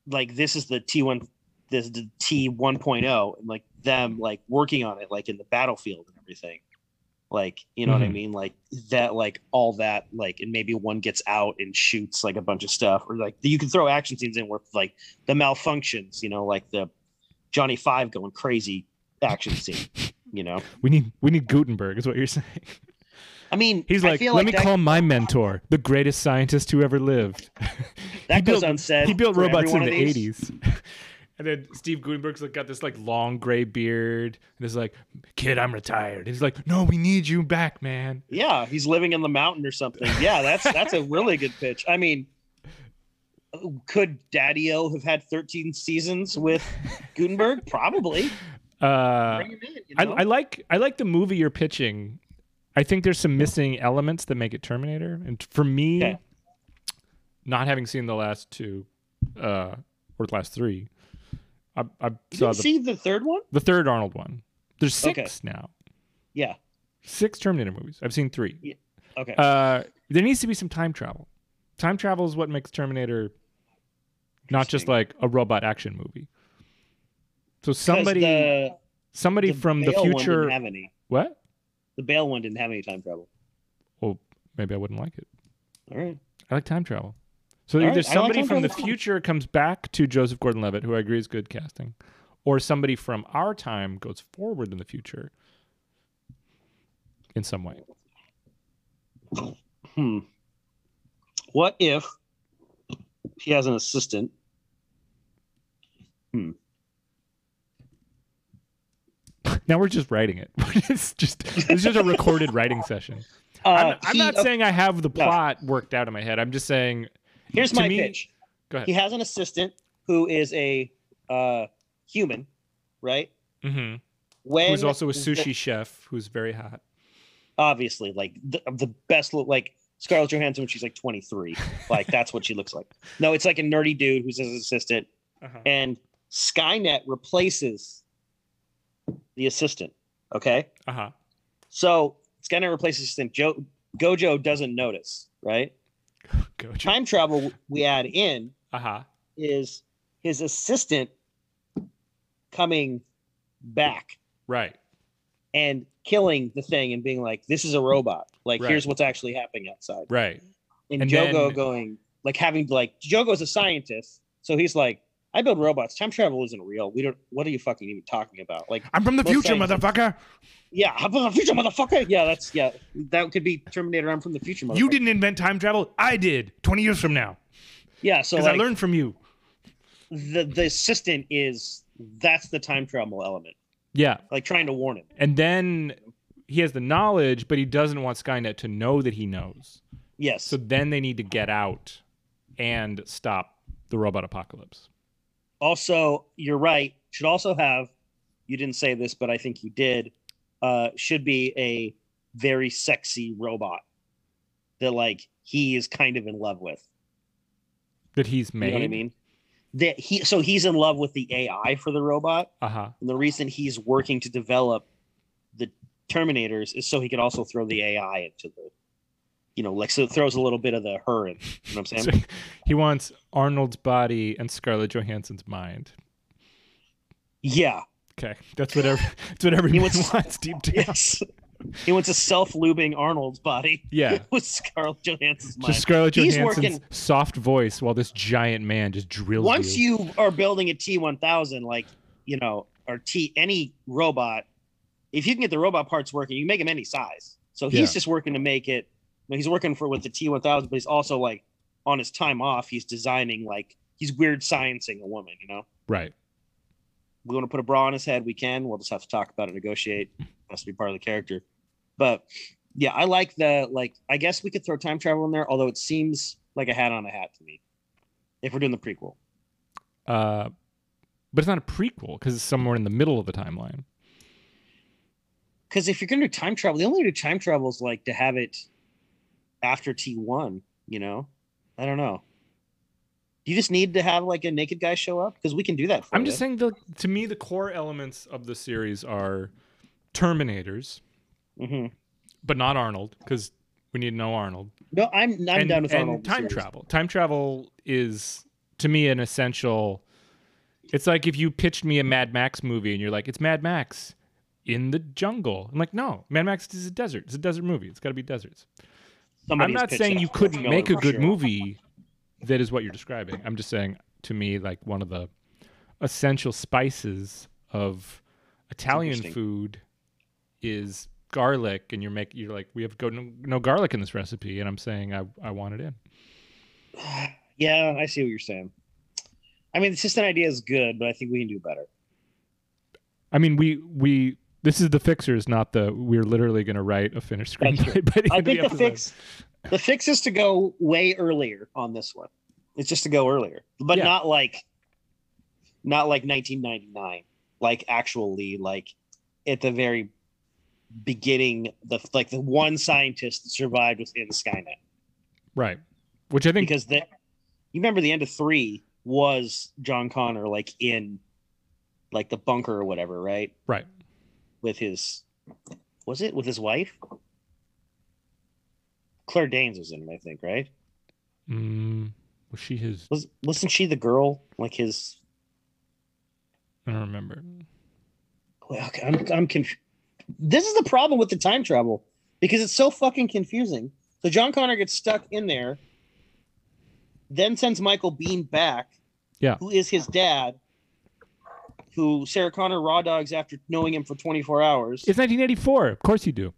S2: like this is the T1 this is the T 1.0 and like them like working on it like in the battlefield and everything. Like, you know what I
S3: Mhm.
S2: mean? Like that like all that like and maybe one gets out and shoots like a bunch of stuff or like you can throw action scenes in with like the malfunctions, you know, like the Johnny 5 going crazy action scene, you know.
S3: We need we need Gutenberg is what you're saying.
S2: I mean,
S3: He's
S2: I
S3: like,
S2: feel
S3: let me
S2: that-
S3: call my mentor, the greatest scientist who ever lived.
S2: that
S3: he
S2: goes
S3: built,
S2: unsaid.
S3: he built
S2: for every
S3: robots in
S2: one
S3: the
S2: of these.
S3: '80s. And then Steve Gutenberg's like got this like long gray beard, and is like, "Kid, I'm retired." He's like, "No, we need you back, man."
S2: Yeah, he's living in the mountain or something. Yeah, that's that's a really good pitch. I mean, could Daddy O have had 13 seasons with Gutenberg? Probably.
S3: Uh,
S2: Bring him in, you
S3: I,
S2: know?
S3: I like I like the movie you're pitching. I think there's some missing elements that make it Terminator, and t- for me,
S2: Okay.
S3: not having seen the last two uh, or the last three, I, I
S2: you
S3: saw
S2: didn't
S3: the,
S2: see the third one?
S3: the third Arnold one. There's six
S2: Okay.
S3: now,
S2: Yeah.
S3: six Terminator movies. I've seen three.
S2: Okay.
S3: Uh, there needs to be some time travel. Time travel is what makes Terminator not just
S2: Interesting.
S3: like a robot action movie. So somebody,
S2: the,
S3: somebody
S2: the
S3: from the
S2: Bale One
S3: future.
S2: didn't have any.
S3: What?
S2: The Bale one didn't have any time travel.
S3: Well, maybe I wouldn't like it.
S2: All right.
S3: I like time travel. So
S2: All
S3: either
S2: right, I like
S3: somebody
S2: time
S3: from the
S2: travel too.
S3: future comes back to Joseph Gordon-Levitt, who I agree is good casting, or somebody from our time goes forward in the future. in some way.
S2: Hmm. What if he has an assistant?
S3: Now we're just writing it. it's just it's just a recorded writing session.
S2: Uh,
S3: I'm, I'm
S2: he-
S3: not
S2: uh,
S3: saying I have the
S2: No.
S3: plot worked out in my head. I'm just saying
S2: here's
S3: to
S2: my
S3: me-
S2: pitch.
S3: Go ahead.
S2: He has an assistant who is a uh, human, right?
S3: Mhm.
S2: When
S3: who's also a
S2: the-
S3: sushi chef who's very hot.
S2: obviously like the, of the best look like Scarlett Johansson when she's like 23 like that's what she looks like no it's like a nerdy dude who's his assistant
S3: Uh-huh.
S2: and Skynet replaces the assistant okay
S3: Uh huh.
S2: so Skynet replaces assistant jo- Gojo doesn't notice right
S3: Gotcha.
S2: time travel we add in
S3: Uh huh.
S2: is his assistant coming back
S3: Right.
S2: and killing the thing and being like this is a robot like
S3: Right.
S2: here's what's actually happening outside
S3: Right.
S2: and,
S3: And
S2: Jogo
S3: then-
S2: going like having like Jogo's a scientist, so he's like, I build robots. Time travel isn't real. We don't. What are you fucking even talking about? Like,
S3: I'm from the
S2: Most
S3: future,
S2: things-
S3: motherfucker.
S2: yeah, I'm from the future, motherfucker. Yeah, that's yeah. That could be Terminator. I'm from the future, motherfucker.
S3: You didn't invent time travel. I did. Twenty years from now,
S2: Yeah. So
S3: because
S2: like,
S3: I learned from you.
S2: the the assistant is that's the time travel element,
S3: Yeah.
S2: like trying to warn him.
S3: And then he has the knowledge, but he doesn't want Skynet to know that he knows.
S2: Yes.
S3: So then they need to get out and stop the robot apocalypse.
S2: also, you're right. Should also have. You didn't say this, but I think you did. Uh, should be a very sexy robot that like he is kind of in love with.
S3: That he's made.
S2: You know what I mean? That he so he's in love with the AI for the robot,
S3: Uh huh.
S2: and the reason he's working to develop the Terminators is so he could also throw the AI into the, you know, like so it throws a little bit of the her in. You know what I'm saying?
S3: So he wants Arnold's body and Scarlett Johansson's mind.
S2: yeah.
S3: Okay, that's what every that's what everyone
S2: wants-
S3: wants deep down.
S2: Yes. he wants a self-lubing Arnold's body
S3: Yeah.
S2: with Scarlett Johansson's mind.
S3: Just Scarlett
S2: He's
S3: Johansson's
S2: working-
S3: soft voice while this giant man just drills
S2: Once you are building a T1000, like you know, or T any robot, if you can get the robot parts working, you can make them any size. So he's
S3: Yeah.
S2: just working to make it. you know, he's working for with the T1000, but he's also like on his time off, he's designing like he's weird sciencing a woman. You know,
S3: Right.
S2: we want to put a bra on his head, we can. We'll just have to talk about it, negotiate. Has to be part of the character. But yeah, I like the like. I guess we could throw time travel in there, although it seems like a hat on a hat to me. If we're doing the prequel.
S3: Uh, but it's not a prequel because it's somewhere in the middle of the timeline.
S2: because if you're going to do time travel, the only way to do time travel is like to have it after T1, you know? I don't know. You just need to have like a naked guy show up because we can do that. For
S3: I'm
S2: you.
S3: just saying, the, to me, the core elements of the series are Terminators,
S2: Mhm.
S3: but not Arnold because we need to know Arnold.
S2: No, I'm I'm
S3: and,
S2: done with
S3: and
S2: Arnold
S3: time
S2: series.
S3: travel. Time travel is to me an essential. It's like if you pitched me a Mad Max movie and you're like, it's Mad Max in the jungle. I'm like, no, Mad Max is a desert. It's a desert movie. It's got to be deserts.
S2: Somebody's
S3: I'm not
S2: pitched
S3: saying
S2: that.
S3: you couldn't
S2: Miller,
S3: make a
S2: for
S3: good
S2: sure.
S3: movie that is what you're describing. I'm just saying to me like one of the essential spices of Italian
S2: interesting.
S3: food is garlic and you're making you're like we have go no, no garlic in this recipe and I'm saying I I want it in.
S2: Yeah, I see what you're saying. I mean, the system idea is good, but I think we can do better.
S3: I mean, we we this is the fixers, not the. We're literally going to write a finished
S2: That's true.
S3: screenplay. By the
S2: I
S3: end
S2: think
S3: of
S2: the
S3: episode.
S2: fix the fix is to go way earlier on this one. It's just to go earlier, but
S3: Yeah.
S2: not like not like 1999, like actually like at the very beginning the like the one scientist that survived within Skynet
S3: right, which I think
S2: because the you remember the end of 3 was John Connor like in like the bunker or whatever, right?
S3: right.
S2: With his was it with his wife? Claire Danes was in it, I think, right?
S3: Mm, was she his?
S2: Was wasn't she the girl? Like his?
S3: I don't remember.
S2: Well, okay, I'm I'm confused. This is the problem with the time travel because it's so fucking confusing. So John Connor gets stuck in there, then sends Michael Bean back,
S3: Yeah.
S2: who is his dad, who Sarah Connor raw dogs after knowing him for 24 hours.
S3: It's 1984. Of course you do.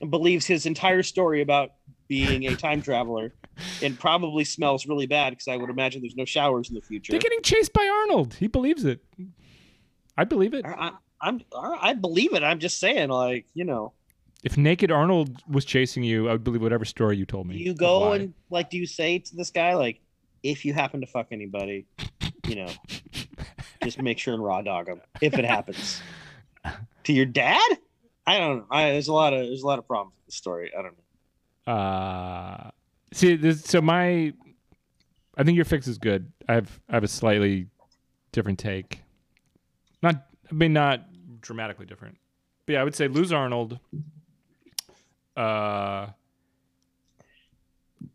S2: and believes his entire story about being a time traveler and probably smells really bad because I would imagine there's no showers in the future.
S3: They're getting chased by Arnold. He believes it. I believe it.
S2: I, I, am I believe it. I'm just saying, like, you know,
S3: If naked Arnold was chasing you, I would believe whatever story you told
S2: do
S3: me.
S2: you
S3: of
S2: go
S3: why.
S2: and like, do you say to this guy, like, if you happen to fuck anybody, you know, just make sure and raw dog him if it happens to your dad? I don't know. I, there's a lot of there's a lot of problems with the story. I don't know.
S3: uh see this so my i think your fix is good i have i have a slightly different take not i mean not dramatically different but yeah i would say lose arnold uh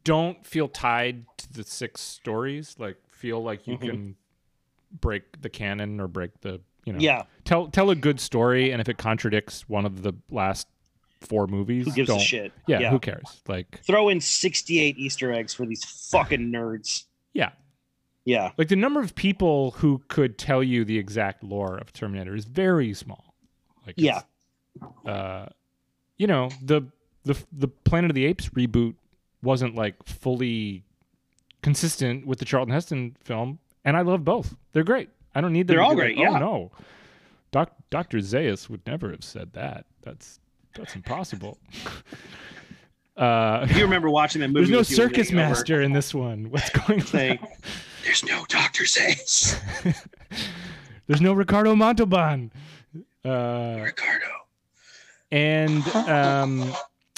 S3: don't feel tied to the six stories like feel like you
S2: Mhm.
S3: can break the canon or break the you know
S2: Yeah,
S3: tell tell a good story and if it contradicts one of the last four movies
S2: who gives
S3: don't
S2: a shit?
S3: yeah, who cares like
S2: throw in 68 Easter eggs for these fucking nerds.
S3: Yeah.
S2: Yeah.
S3: Like the number of people who could tell you the exact lore of Terminator is very small. Like it's- Uh, you know, the the the Planet of the Apes reboot wasn't like fully consistent with the Charlton Heston film, and I love both. They're great. I don't need them.
S7: They're
S3: to
S7: all
S3: be
S7: great,
S3: like, Oh
S7: yeah.
S3: no, Doc, Doctor Zayas would never have said that. That's that's impossible. uh,
S7: If you remember watching that movie,
S3: there's no
S7: with you and
S3: circus
S7: me over,
S3: master in this one. What's going
S7: Thing.
S3: on?
S7: There's no Doctor Zayas.
S3: There's no Ricardo Montalban. Uh,
S7: Ricardo.
S3: and um,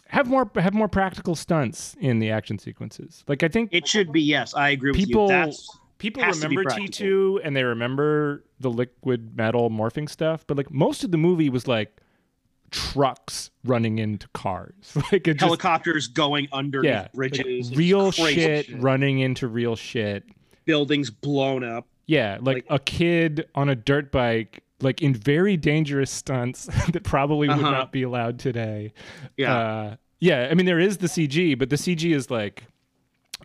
S3: have more have more practical stunts in the action sequences. Like I think
S2: It should be yes. I agree with
S3: People-
S2: you. That's
S3: people
S2: has to be
S3: remember
S2: practical.
S3: T2 and they remember the liquid metal morphing stuff, but like most of the movie was like trucks running into cars. Like it just
S7: Helicopters going under
S3: yeah, like,
S7: bridges.
S3: real
S7: It's crazy
S3: shit, running into real shit.
S7: Buildings blown up.
S3: Yeah, like, a kid on a dirt bike, like in very dangerous stunts that probably would
S7: Uh-huh.
S3: not be allowed today.
S7: Yeah.
S3: Uh, yeah, I mean, there is the CG, but the CG is like,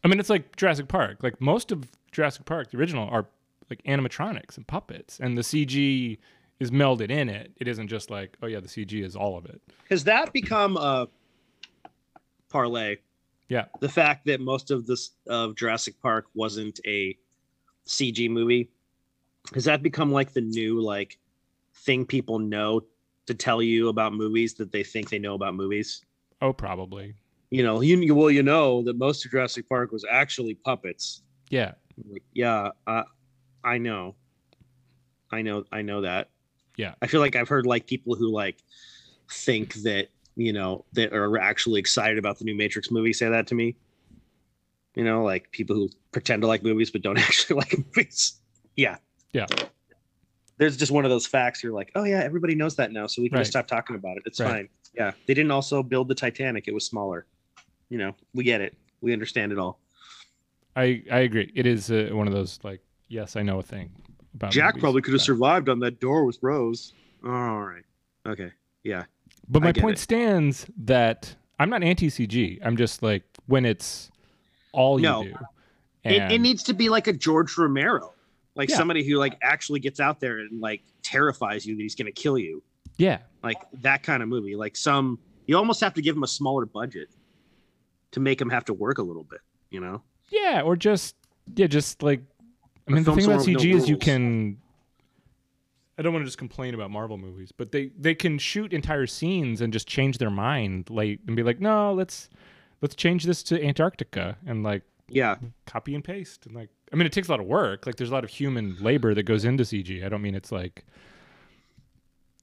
S3: I mean, it's like Jurassic Park. Like most of Jurassic Park, the original, are like animatronics and puppets, and the CG is melded in it. It isn't just like, oh yeah, the CG is all of it.
S2: has that become a parlay?
S3: Yeah.
S2: The fact that most of this of Jurassic Park wasn't a CG movie has that become like the new like thing people know to tell you about movies that they think they know about movies?
S3: Oh, probably.
S2: You know, you well, you know that most of Jurassic Park was actually puppets.
S3: Yeah.
S2: Like, yeah, uh, I know. I know I know that.
S3: Yeah.
S2: I feel like I've heard like people who like think that, you know, that are actually excited about the new Matrix movie say that to me. You know, like people who pretend to like movies but don't actually like movies. Yeah.
S3: Yeah.
S2: There's just one of those facts you're like, "Oh yeah, everybody knows that now, so we can just
S3: Right.
S2: stop talking about it. It's
S3: Right.
S2: fine." Yeah. They didn't also build the Titanic. It was smaller. You know, we get it. We understand it all.
S3: I I agree. It is uh, one of those like, yes, I know a thing about.
S2: Jack
S3: movies.
S2: probably could have
S3: Yeah.
S2: survived on that door with Rose. all right. Okay.
S3: But
S2: I
S3: my
S2: get
S3: point
S2: it.
S3: stands that I'm not anti CG. I'm just like when it's all
S2: No.
S3: you do.
S2: It,
S3: And
S2: it needs to be like a George Romero, like
S3: Yeah.
S2: somebody who like actually gets out there and like terrifies you that he's going to kill you,
S3: yeah,
S2: like that kind of movie. Like some, you almost have to give him a smaller budget to make him have to work a little bit. You know?
S3: yeah, or just yeah, just like I mean, the
S2: film
S3: thing about
S2: somewhere
S3: CG
S2: with
S3: is
S2: no
S3: you
S2: rules.
S3: can. I don't want to just complain about Marvel movies, but they they can shoot entire scenes and just change their mind late and be like, no, let's let's change this to Antarctica and like
S2: Yeah.
S3: copy and paste and like i mean it takes a lot of work like there's a lot of human labor that goes into cg i don't mean it's like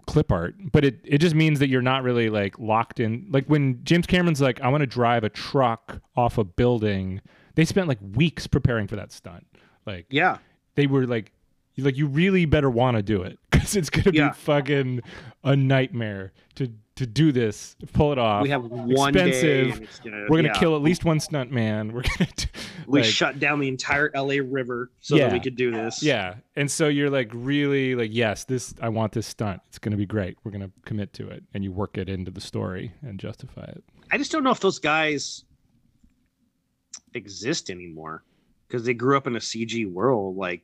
S3: clip art but it, it just means that you're not really like locked in like when james cameron's like i want to drive a truck off a building they spent like weeks preparing for that stunt like
S2: Yeah.
S3: they were like like you really better want to do it because it's gonna
S2: Yeah.
S3: be fucking a nightmare to to do this pull it off
S2: We have one day.
S3: Uh, Expensive.
S2: and it's gonna-
S3: we're gonna
S2: yeah.
S3: kill at least one stunt man we're gonna do,
S2: We
S3: like-
S2: shut down the entire LA river so that
S3: Yeah.
S2: we could do this.
S3: Yeah. And so you're like really like, yes, this I want this stunt. It's gonna be great. We're gonna commit to it. And you work it into the story and justify it.
S2: I just don't know if those guys exist anymore because they grew up in a CG world. Like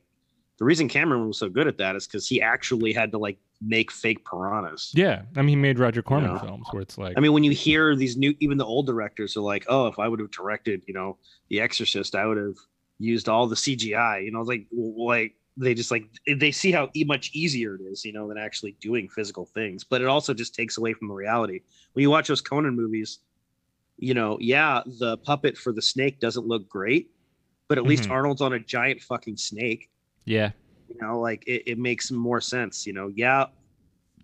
S2: the reason Cameron was so good at that is because he actually had to like make fake piranhas.
S3: Yeah, I mean, he made Roger Corman
S2: Yeah.
S3: films where it's like,
S2: I mean, when you hear these new, even the old directors are like, "Oh, if I would have directed, you know, The Exorcist, I would have used all the CGI." You know, like, like they just like they see how e- much easier it is, you know, than actually doing physical things. But it also just takes away from the reality. When you watch those Conan movies, you know, yeah, the puppet for the snake doesn't look great, but at least
S3: Mhm.
S2: Arnold's on a giant fucking snake
S3: yeah,
S2: you know like it, it makes more sense you know yeah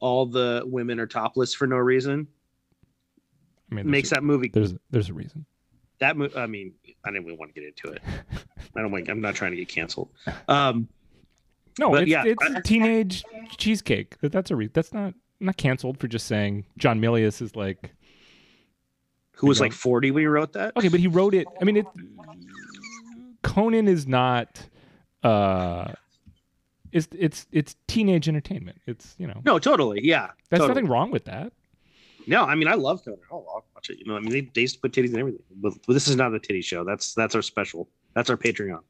S2: all the women are topless for no reason
S3: I mean, there's
S2: makes
S3: a,
S2: that movie
S3: There's there's a reason.
S2: that mo- i mean i didn't really want to get into it i don't like i'm not trying to get canceled um
S3: No,
S2: But
S3: it's,
S2: yeah,
S3: it's
S2: I-
S3: teenage cheesecake. That- That's a re- that's not not canceled for just saying John Milius is like
S2: who was
S3: Yeah.
S2: like 40 when he wrote that
S3: okay, but he wrote it. I mean, it Conan is not uh, it's it's it's teenage entertainment. It's you know
S2: no totally yeah
S3: that's
S2: totally.
S3: nothing wrong with that.
S2: no i mean i love conan oh i'll watch it you know i mean they, they used to put titties and everything but, but this is not the titty show that's that's our special that's our patreon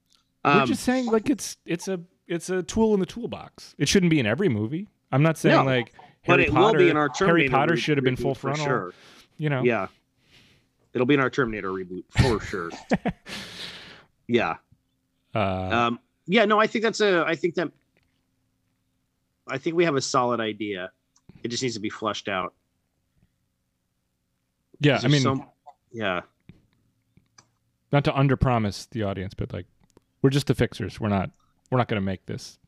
S3: We're
S2: um
S3: just saying like it's it's a it's a tool in the toolbox. It shouldn't be in every movie. I'm not saying
S2: No,
S3: like
S2: but
S3: Harry
S2: it
S3: Potter.
S2: will be in our Terminator
S3: Harry Potter
S2: re-
S3: should have been full
S2: reboot for
S3: frontal.
S2: sure
S3: You know,
S2: Yeah. It'll be in our Terminator reboot for sure. yeah.
S3: uh,
S2: Um yeah, no, I think that's a I think that I think we have a solid idea. It just needs to be flushed out.
S3: yeah. I
S2: There's
S3: mean,
S2: so- yeah.
S3: not to underpromise the audience, but like we're just the fixers. We're not we're not going to make this.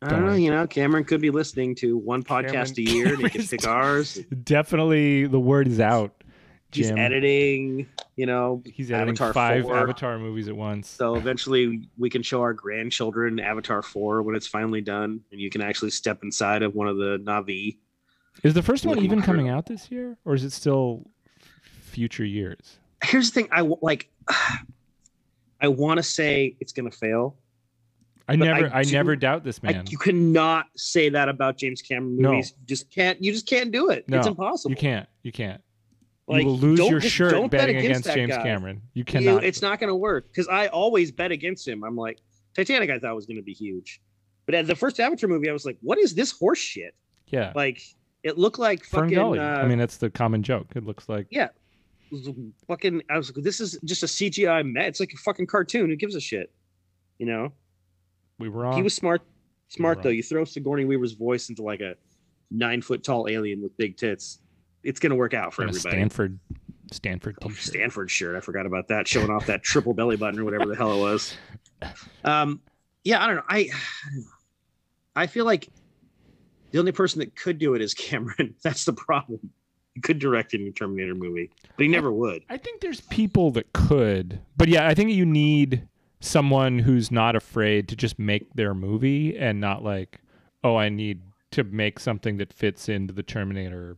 S2: I don't know,
S3: Darn.
S2: Uh, you know, Cameron could be listening to one podcast a
S3: Cameron-
S2: year and he could
S3: Cameron's-
S2: pick ours.
S3: Definitely, the word is out.
S2: He's
S3: Jim.
S2: editing, you know.
S3: He's editing
S2: Avatar
S3: five
S2: 4.
S3: Avatar movies at once.
S2: So eventually we can show our grandchildren Avatar 4 when it's finally done and you can actually step inside of one of the Navi.
S3: is the first one
S2: Looking
S3: even
S2: through.
S3: coming out this year, or is it still future years?
S2: here's the thing i w- like i want to say it's going to fail
S3: I
S2: But
S3: never,
S2: I
S3: I,
S2: do-
S3: never doubt this
S2: I-
S3: man.
S2: you cannot say that about james cameron
S3: No.
S2: movies you just can't you just can't do it
S3: No,
S2: it's impossible
S3: you can't, you can't.
S2: Like,
S3: you will lose
S2: don't-
S3: your
S2: just
S3: shirt
S2: don't bet
S3: betting against,
S2: that
S3: James
S2: guy.
S3: Cameron. You
S2: You-
S3: cannot.
S2: it's not going to work because i always bet against him i'm like titanic i thought was going to be huge but at the first avatar movie i was like what is this horse shit
S3: yeah,
S2: like it looked like
S3: Fern
S2: fucking
S3: Gully.
S2: uh,
S3: I mean, that's the common joke. It looks like
S2: fucking i was like this is just a cgi met it's like a fucking cartoon who gives a shit you know
S3: we were on.
S2: He was smart. Smart
S3: Right.
S2: though. You throw Sigourney Weaver's voice into like a nine foot tall alien with big tits. It's gonna work out for
S3: in a
S2: everybody.
S3: Stanford, Stanford
S2: Oh,
S3: T-shirt.
S2: Stanford shirt. I forgot about that. Showing off that triple belly button or whatever the hell it was. Um, yeah, I don't know. I I feel like the only person that could do it is Cameron. That's the problem. He could direct a new Terminator movie, but he never would.
S3: I think there's people that could, but yeah, I think you need someone who's not afraid to just make their movie and not like, oh, I need to make something that fits into the Terminator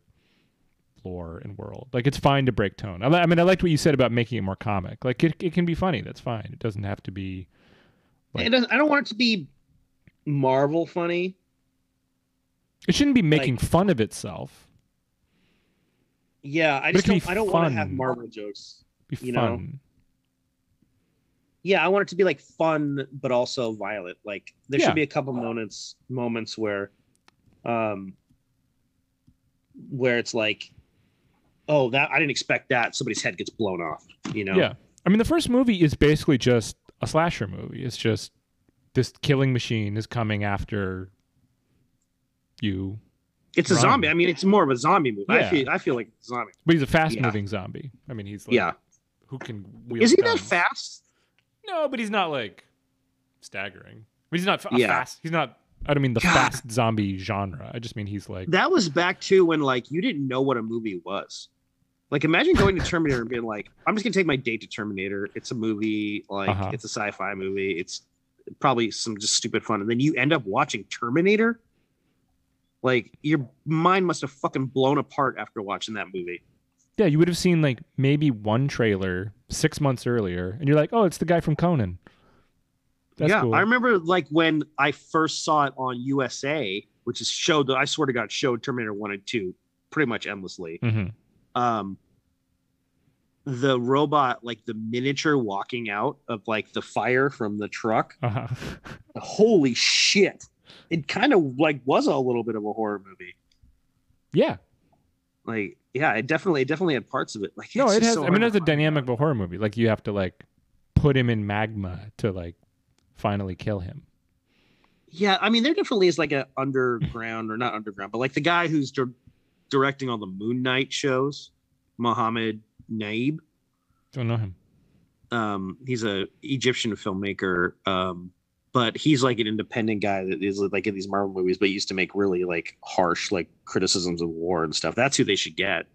S3: lore and world. Like it's fine to break tone. I, li- I mean, I liked what you said about making it more comic. Like it, it can be funny. That's fine. It doesn't have to be. Like-
S2: It doesn't, I don't want it to be Marvel funny.
S3: It shouldn't be making fun of itself.
S2: Yeah, I
S3: But it
S2: just
S3: can
S2: don't.
S3: be
S2: I don't want to have
S3: fun.
S2: Marvel jokes.
S3: Be
S2: You know,
S3: fun.
S2: yeah i want it to be like fun but also violent like there
S3: Yeah.
S2: should be a couple moments moments where um where it's like oh that i didn't expect that somebody's head gets blown off you know
S3: Yeah. I mean, the first movie is basically just a slasher movie. It's just this killing machine is coming after you,
S2: it's a
S3: Right.
S2: zombie i mean it's more of a zombie movie
S3: Yeah.
S2: i feel i feel like it's a zombie
S3: but he's a fast moving zombie. I mean, he's like,
S2: yeah
S3: who can wield
S2: is he that
S3: guns.
S2: fast
S3: No, but he's not like staggering. But he's not fa-
S2: Yeah.
S3: fast. He's not, I don't mean the
S2: God.
S3: fast zombie genre. I just mean he's like,
S2: that was back to when like you didn't know what a movie was like imagine going to terminator and being like i'm just gonna take my date to terminator it's a movie like
S3: Uh-huh.
S2: it's a sci-fi movie it's probably some just stupid fun and then you end up watching terminator like your mind must have fucking blown apart after watching that movie
S3: yeah, you would have seen like maybe one trailer six months earlier, and you're like, oh, it's the guy from Conan. That's
S2: yeah
S3: cool.
S2: i remember like when i first saw it on usa which is showed i swear to god showed terminator 1 and 2 pretty much endlessly
S3: hmm
S2: um the robot like the miniature walking out of like the fire from the truck
S3: Uh-huh.
S2: holy shit it kind of like was a little bit of a horror movie.
S3: Yeah.
S2: Like, yeah, it definitely, it definitely had parts of it. Like,
S3: No,
S2: it's
S3: it
S2: just
S3: has.
S2: so
S3: I mean,
S2: hard
S3: it's
S2: to
S3: a
S2: find.
S3: dynamic of a horror movie. Like you have to like put him in magma to like finally kill him.
S2: Yeah, I mean, there definitely is like a underground or not underground, but like the guy who's dir- directing all the Moon Knight shows, Mohammed Naib.
S3: Don't know him.
S2: Um, he's a Egyptian filmmaker, um, but he's like an independent guy that is like in these Marvel movies, but used to make really like harsh like criticisms of war and stuff. That's who they should get.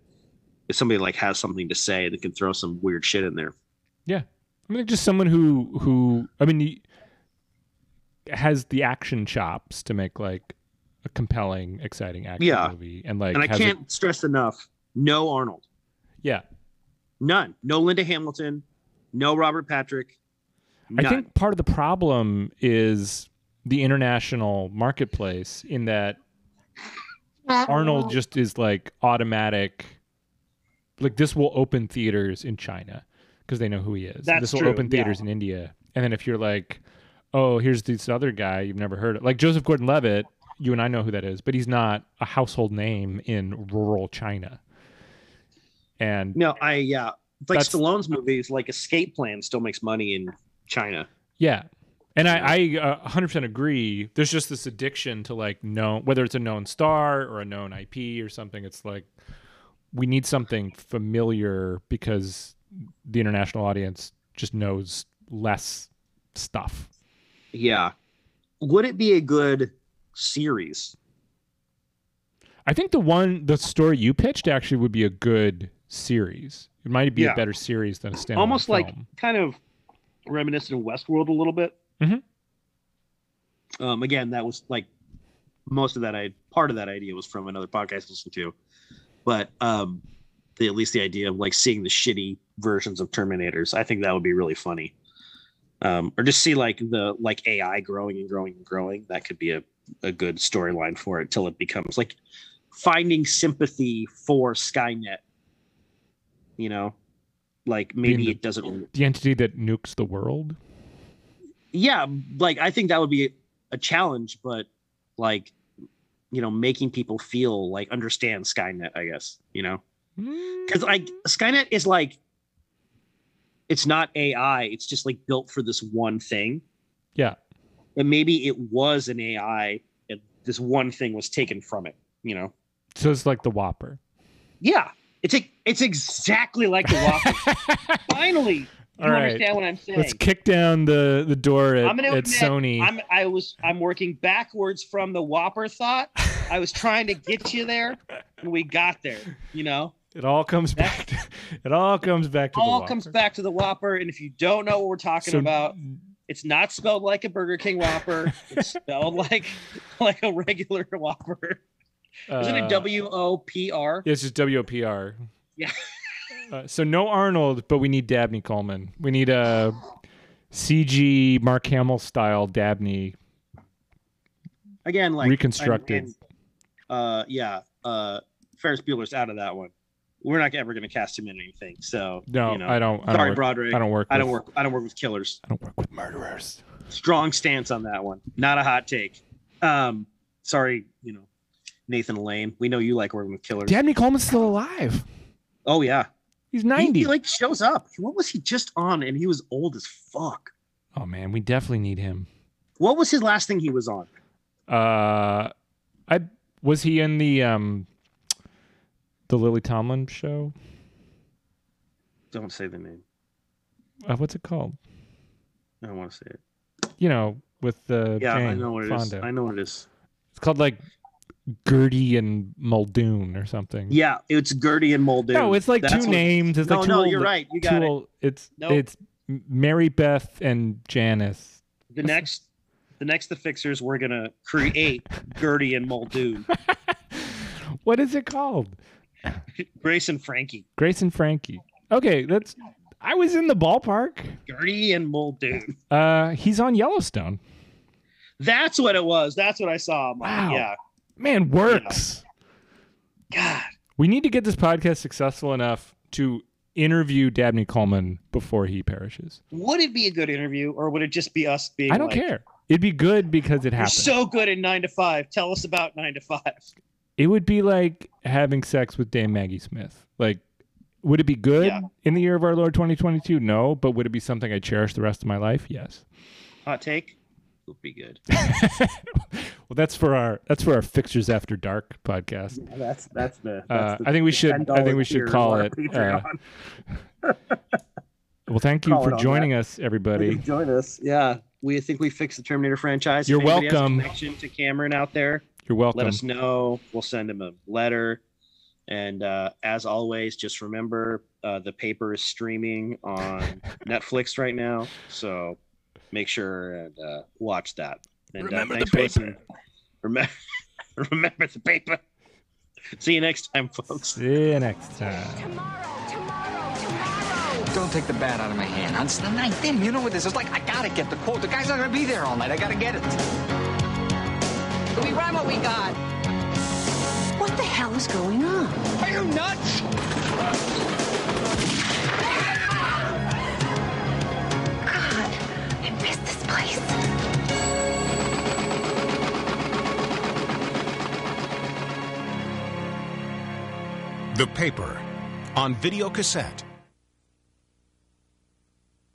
S2: If somebody like has something to say that can throw some weird shit in there.
S3: I mean, just someone who who I mean, he has the action chops to make like a compelling, exciting action
S2: Yeah.
S3: movie, and like
S2: and I
S3: has a-
S2: can't stress enough, no Arnold.
S3: yeah,
S2: None. No Linda Hamilton. No Robert Patrick. None.
S3: I think part of the problem is the international marketplace in that Arnold just is like automatic. Like this will open theaters in China because they know who he is.
S2: That's
S3: this will
S2: true,
S3: open
S2: yeah.
S3: theaters in India, and then if you're like, oh, here's this other guy you've never heard of, like Joseph Gordon-Levitt, you and I know who that is, but he's not a household name in rural China. And
S2: No, I yeah. It's like
S3: That's-
S2: Stallone's movies, like Escape Plan, still makes money in China.
S3: Yeah. And I, I uh, 100% agree. There's just this addiction to like known, whether it's a known star or a known IP or something. It's like we need something familiar because the international audience just knows less stuff.
S2: Yeah. Would it be a good series?
S3: I think the one, the story you pitched actually would be a good series. It might be
S2: Yeah.
S3: a better series than a standalone.
S2: Almost like
S3: film.
S2: kind of reminiscent of Westworld a little bit.
S3: Mhm.
S2: Um, again, that was like most of that I part of that idea was from another podcast I listened to. But um the, at least the idea of like seeing the shitty versions of Terminators, I think that would be really funny. Um, or just see like the like AI growing and growing and growing. That could be a, a good storyline for it till it becomes like finding sympathy for Skynet. You know? Like maybe
S3: the-
S2: it doesn't
S3: the entity that nukes the world.
S2: yeah like i think that would be a challenge but like you know making people feel like understand skynet i guess you know because Mm. like skynet is like it's not ai it's just like built for this one thing
S3: Yeah.
S2: and maybe it was an ai and this one thing was taken from it you know
S3: So it's like the Whopper.
S2: yeah it's a, it's exactly like the Whopper. finally you
S3: All right.
S2: understand what i'm saying
S3: Let's kick down the, the door at,
S2: I'm gonna
S3: at
S2: admit,
S3: Sony.
S2: I'm I was I'm working backwards from the Whopper thought. I was trying to get you there, and we got there. You know,
S3: It all comes back. To, it all comes back to the
S2: all comes
S3: Whopper.
S2: back to the Whopper. And if you don't know what we're talking
S3: So-
S2: about, it's not spelled like a Burger King Whopper. it's spelled like like a regular Whopper. Isn't
S3: uh,
S2: it W O P R?
S3: It's just W O P R.
S2: Yeah.
S3: Uh, so no Arnold, but we need Dabney Coleman. We need a CG Mark Hamill style Dabney.
S2: Again, like
S3: Reconstructed.
S2: and- uh, yeah. Uh, Ferris Bueller's out of that one. We're not ever going to cast him in anything. So
S3: No,
S2: you know.
S3: I don't. I don't
S2: Sorry,
S3: work,
S2: Broderick.
S3: I don't work.
S2: I don't
S3: with-
S2: work. I don't work with killers.
S3: I don't work with murderers.
S2: strong stance on that one. Not a hot take. Um, sorry, you know, Nathan Lane. We know you like working with killers.
S3: Dabney Coleman's still alive.
S2: Oh yeah,
S3: He's
S2: he,
S3: ninety.
S2: he, like shows up. What was he just on? And he was old as fuck.
S3: oh man, we definitely need him.
S2: What was his last thing he was on?
S3: Uh, I was he in the um, the Lily Tomlin show.
S2: Don't say the name.
S3: Uh, what's it called?
S2: I don't want to say it.
S3: you know, with the
S2: Yeah, I
S3: Jane
S2: know what it is.
S3: Fonda.
S2: I know what it is.
S3: It's called like Gertie and Muldoon or something.
S2: Yeah, it's Gertie and Muldoon.
S3: no, it's like
S2: That's
S3: two
S2: what-
S3: names. It's
S2: no,
S3: like two
S2: no,
S3: old,
S2: you're right. You
S3: two
S2: got it.
S3: old- It's
S2: Nope.
S3: it's Mary Beth and Janice.
S2: The next, the next, the fixers. We're gonna create Gertie and Muldoon,
S3: What is it called?
S2: Grace and Frankie,
S3: Grace and Frankie. Okay, that's. I was in the ballpark.
S2: Gertie and Muldoon.
S3: Uh, he's on Yellowstone.
S2: That's what it was. That's what I saw. Mike.
S3: Wow.
S2: Yeah.
S3: Man, works.
S2: God.
S3: We need to get this podcast successful enough to interview Dabney Coleman before he perishes.
S2: Would it be a good interview or would it just be us being
S3: I don't
S2: like,
S3: care. It'd be good because it
S2: You're
S3: happened.
S2: so good at nine to five. Tell us about nine to five.
S3: it would be like having sex with Dame Maggie Smith. Like, would it be good
S2: Yeah.
S3: in the year of our Lord 2022? No, but would it be something I cherish the rest of my life? Yes.
S2: Hot take. Would be good.
S3: well, that's for our that's for our fixtures after dark podcast.
S6: That's that's the.
S3: Uh, I think we should. I think we should call it. uh, well, thank you
S6: Call it
S3: for
S6: on
S3: joining us, everybody.
S6: join us. Yeah,
S2: We think we fixed the Terminator franchise. If
S3: You're
S2: anybody has a
S3: welcome.
S2: Connection to Cameron out there.
S3: You're
S2: Let
S3: welcome.
S2: us know. We'll send him a letter. And uh, as always, just remember uh, the paper is streaming on Netflix right now, so make sure and uh, watch that. And,
S3: Remember
S2: uh,
S3: the
S2: thanks for
S3: paper.
S2: listening. Remember, remember the paper. See you next time, folks.
S3: See you next time.
S5: Tomorrow, tomorrow, tomorrow.
S8: Don't take the bat out of my hand. It's the ninth inning. You know what this is like. I gotta get the quote. The guy's not gonna be there all night. I gotta get it.
S9: We run what we got. What the hell is going on?
S8: Are you nuts?
S9: God, I miss this place.
S10: The Paper on video cassette